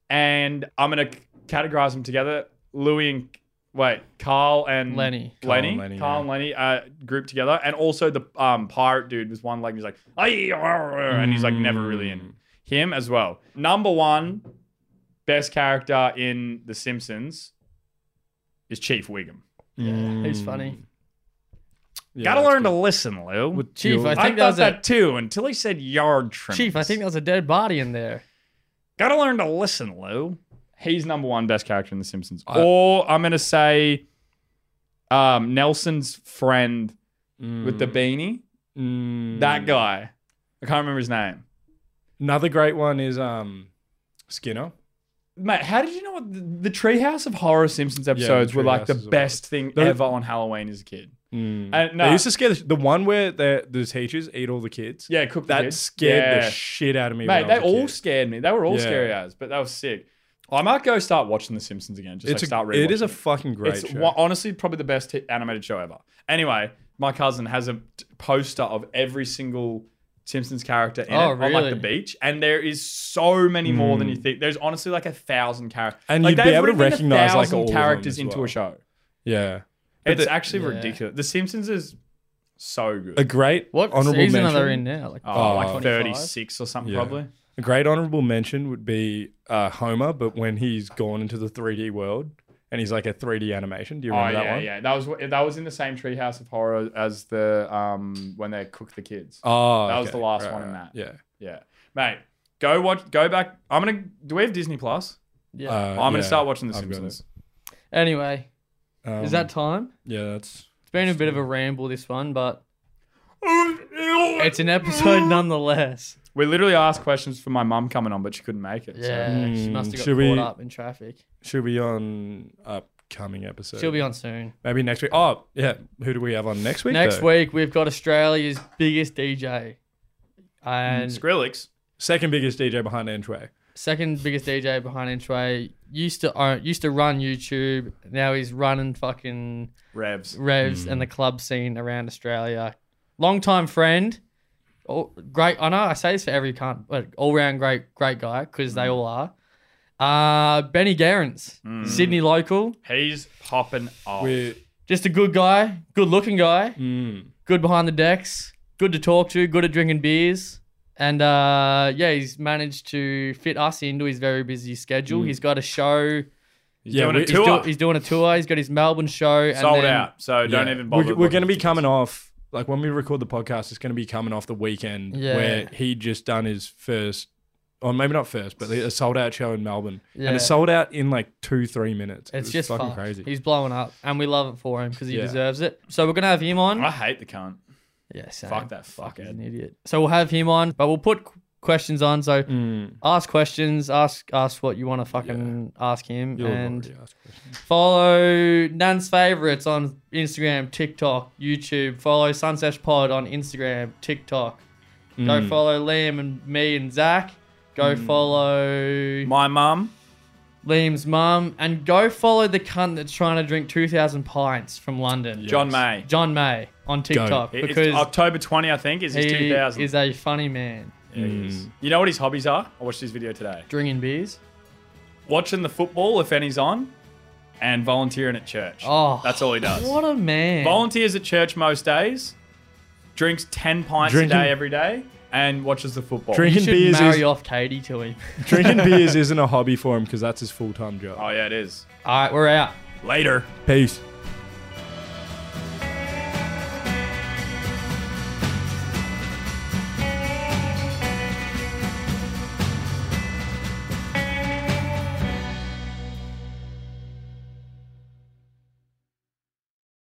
Speaker 1: and I'm going to categorize them together. Louis and wait, Carl and
Speaker 3: Lenny.
Speaker 1: Lenny, Carl
Speaker 2: Carl and
Speaker 1: and
Speaker 2: Lenny,
Speaker 1: Lenny,
Speaker 2: yeah.
Speaker 1: uh, grouped together, and also the um, pirate dude was one leg. He's like, "Ay, arr, arr," and he's like never really in him as well. Number one best character in The Simpsons is Chief Wiggum.
Speaker 2: Mm.
Speaker 3: he's funny.
Speaker 1: Gotta learn to listen, Lou.
Speaker 3: Chief, I
Speaker 1: I,
Speaker 3: think that
Speaker 1: thought
Speaker 3: was
Speaker 1: that
Speaker 3: a
Speaker 1: too until he said yard trim.
Speaker 3: chief. I think that was a dead body in there.
Speaker 1: Gotta learn to listen, Lou. He's number one best character in The Simpsons.
Speaker 2: I-
Speaker 1: or I'm gonna say um, Nelson's friend
Speaker 2: Mm.
Speaker 1: with the beanie. That guy. I can't remember his name.
Speaker 2: Another great one is um Skinner.
Speaker 1: Mate, how did you know what the, the Treehouse of Horror Simpsons episodes were like the
Speaker 2: Treehouse is
Speaker 1: best thing
Speaker 2: They're-
Speaker 1: ever on Halloween as a kid?
Speaker 2: I,
Speaker 1: I- no.
Speaker 2: Uh, They used to scare the, the one where the, the teachers eat all the kids.
Speaker 1: Yeah, Cook the
Speaker 2: that
Speaker 1: Kid.
Speaker 2: scared
Speaker 1: Yeah.
Speaker 2: the shit out of me.
Speaker 1: Mate,
Speaker 2: when I
Speaker 1: they
Speaker 2: was a
Speaker 1: all
Speaker 2: kid.
Speaker 1: scared me. They were all
Speaker 2: Yeah.
Speaker 1: scary as, but that was sick. I might go start watching The Simpsons again. Just
Speaker 2: It's
Speaker 1: like start
Speaker 2: a,
Speaker 1: rewatching.
Speaker 2: it is a fucking great
Speaker 1: It's
Speaker 2: show.
Speaker 1: one, honestly probably the best hit animated show ever. Anyway, my cousin has a t- poster of every single Simpsons character in it
Speaker 3: Oh,
Speaker 1: on like
Speaker 3: really?
Speaker 1: the beach, and there is so many more than you think. There's honestly like a thousand characters,
Speaker 2: Hmm. And
Speaker 1: like,
Speaker 2: you'd be
Speaker 1: they've
Speaker 2: able to
Speaker 1: written a
Speaker 2: recognize, like,
Speaker 1: thousand
Speaker 2: all of them
Speaker 1: characters
Speaker 2: as
Speaker 1: into
Speaker 2: well.
Speaker 1: a show.
Speaker 2: yeah,
Speaker 1: it's actually
Speaker 3: yeah.
Speaker 1: ridiculous. The Simpsons is so good.
Speaker 2: a great
Speaker 3: What
Speaker 2: honorable
Speaker 3: season
Speaker 2: mention.
Speaker 3: are they in now? Like,
Speaker 1: oh,
Speaker 2: uh,
Speaker 1: like 36 or something
Speaker 2: Yeah.
Speaker 1: probably.
Speaker 2: A great honorable mention would be uh, Homer, but when he's gone into the 3D world and he's like a 3D animation. Do you
Speaker 1: Oh
Speaker 2: remember that
Speaker 1: yeah,
Speaker 2: one?
Speaker 1: yeah. That was that was in the same Treehouse of Horror as the um when they cooked the kids.
Speaker 2: Oh,
Speaker 1: That was
Speaker 2: okay.
Speaker 1: the last
Speaker 2: Right,
Speaker 1: one in
Speaker 2: right.
Speaker 1: that.
Speaker 2: Yeah.
Speaker 1: Yeah, mate. Go watch. Go back. I'm gonna. Do we have Disney Plus?
Speaker 3: yeah.
Speaker 2: Uh,
Speaker 1: Oh, I'm gonna
Speaker 2: yeah,
Speaker 1: start watching The
Speaker 2: I've got
Speaker 1: Simpsons.
Speaker 3: anyway,
Speaker 2: it. Um,
Speaker 3: is that time?
Speaker 2: yeah, that's
Speaker 3: It's been a bit of a ramble this one, but
Speaker 1: Oh,
Speaker 3: it's an episode nonetheless.
Speaker 1: We literally asked questions for my mum coming on, but she couldn't make it. so-
Speaker 3: Yeah, she
Speaker 2: Hmm,
Speaker 3: must have got
Speaker 2: should
Speaker 3: caught
Speaker 2: we-
Speaker 3: up in traffic.
Speaker 2: should be on upcoming episode.
Speaker 3: She'll be on soon.
Speaker 2: maybe next week. Oh yeah, who do we have on next week?
Speaker 3: Next
Speaker 2: though?
Speaker 3: week we've got Australia's biggest DJ, and
Speaker 1: Skrillex.
Speaker 2: Hmm, second biggest DJ behind Entway.
Speaker 3: second biggest DJ behind Inchway. Used to own, used to run YouTube. Now he's running fucking
Speaker 1: Revs.
Speaker 3: revs and the
Speaker 2: Hmm.
Speaker 3: club scene around Australia. Longtime friend, all, great. I know I say this for every cunt, but all round great, great guy because
Speaker 2: Hmm.
Speaker 3: they all are. Uh, Benny Garens, Sydney local,
Speaker 1: He's popping off.
Speaker 2: We're,
Speaker 3: just a good guy, good looking guy,
Speaker 2: mm,
Speaker 3: good behind the decks, good to talk to, good at drinking beers. And uh, yeah, he's managed to fit us into his very busy schedule.
Speaker 2: Mm.
Speaker 3: He's got a show.
Speaker 2: yeah,
Speaker 1: doing a
Speaker 2: we-
Speaker 1: tour.
Speaker 3: Do- he's doing a tour. He's got his Melbourne show.
Speaker 1: Sold
Speaker 3: and then,
Speaker 1: out. So don't
Speaker 2: yeah.
Speaker 1: even bother.
Speaker 2: We're, we're going to be coming off like when we record the podcast. It's going to be coming off the weekend
Speaker 3: Yeah.
Speaker 2: where he just done his first, or maybe not first, but a sold out show in Melbourne, and
Speaker 3: Yeah.
Speaker 2: it sold out in like two three minutes. It
Speaker 3: It's
Speaker 2: was
Speaker 3: just
Speaker 2: fucking
Speaker 3: fucked.
Speaker 2: crazy.
Speaker 3: He's blowing up, and we love it for him because he
Speaker 2: Yeah.
Speaker 3: deserves it. So we're gonna have him on.
Speaker 1: I hate the cunt.
Speaker 3: Yeah, same.
Speaker 1: Fuck that
Speaker 3: He's an
Speaker 1: fuckhead.
Speaker 3: idiot. So we'll have him on, but we'll put qu- questions on. So
Speaker 2: Mm.
Speaker 3: ask questions, ask ask what you want to fucking ask him,
Speaker 2: You'll have
Speaker 3: and
Speaker 2: already asked questions.
Speaker 3: follow Nan's favorites on Instagram, TikTok, YouTube. Follow Sunsesh Pod on Instagram, TikTok. Go follow Liam and me and Zach. Go follow
Speaker 1: My mum.
Speaker 3: Liam's mum, and go follow the cunt that's trying to drink 2,000 pints from London.
Speaker 1: John May.
Speaker 3: John May on TikTok
Speaker 1: It-
Speaker 3: because
Speaker 1: it's October 20, I think, is his
Speaker 3: he
Speaker 1: 2000.
Speaker 3: is a funny man.
Speaker 1: Yeah, he
Speaker 2: Mm.
Speaker 1: is. You know what his hobbies are? I watched his video today.
Speaker 3: Drinking beers.
Speaker 1: Watching the football, if any's on, and volunteering at church.
Speaker 3: Oh,
Speaker 1: That's all he does.
Speaker 3: What a man.
Speaker 1: Volunteers at church most days, drinks 10 pints
Speaker 2: Drinking-
Speaker 1: a day every day, and watches the football.
Speaker 2: Drink-
Speaker 3: you should
Speaker 2: Drinking beers
Speaker 3: marry
Speaker 2: is-
Speaker 3: off Katie to him.
Speaker 2: Drinking beers isn't a hobby for him because that's his full time job.
Speaker 1: Oh, yeah, it is.
Speaker 3: all right, we're out.
Speaker 1: Later.
Speaker 2: Peace.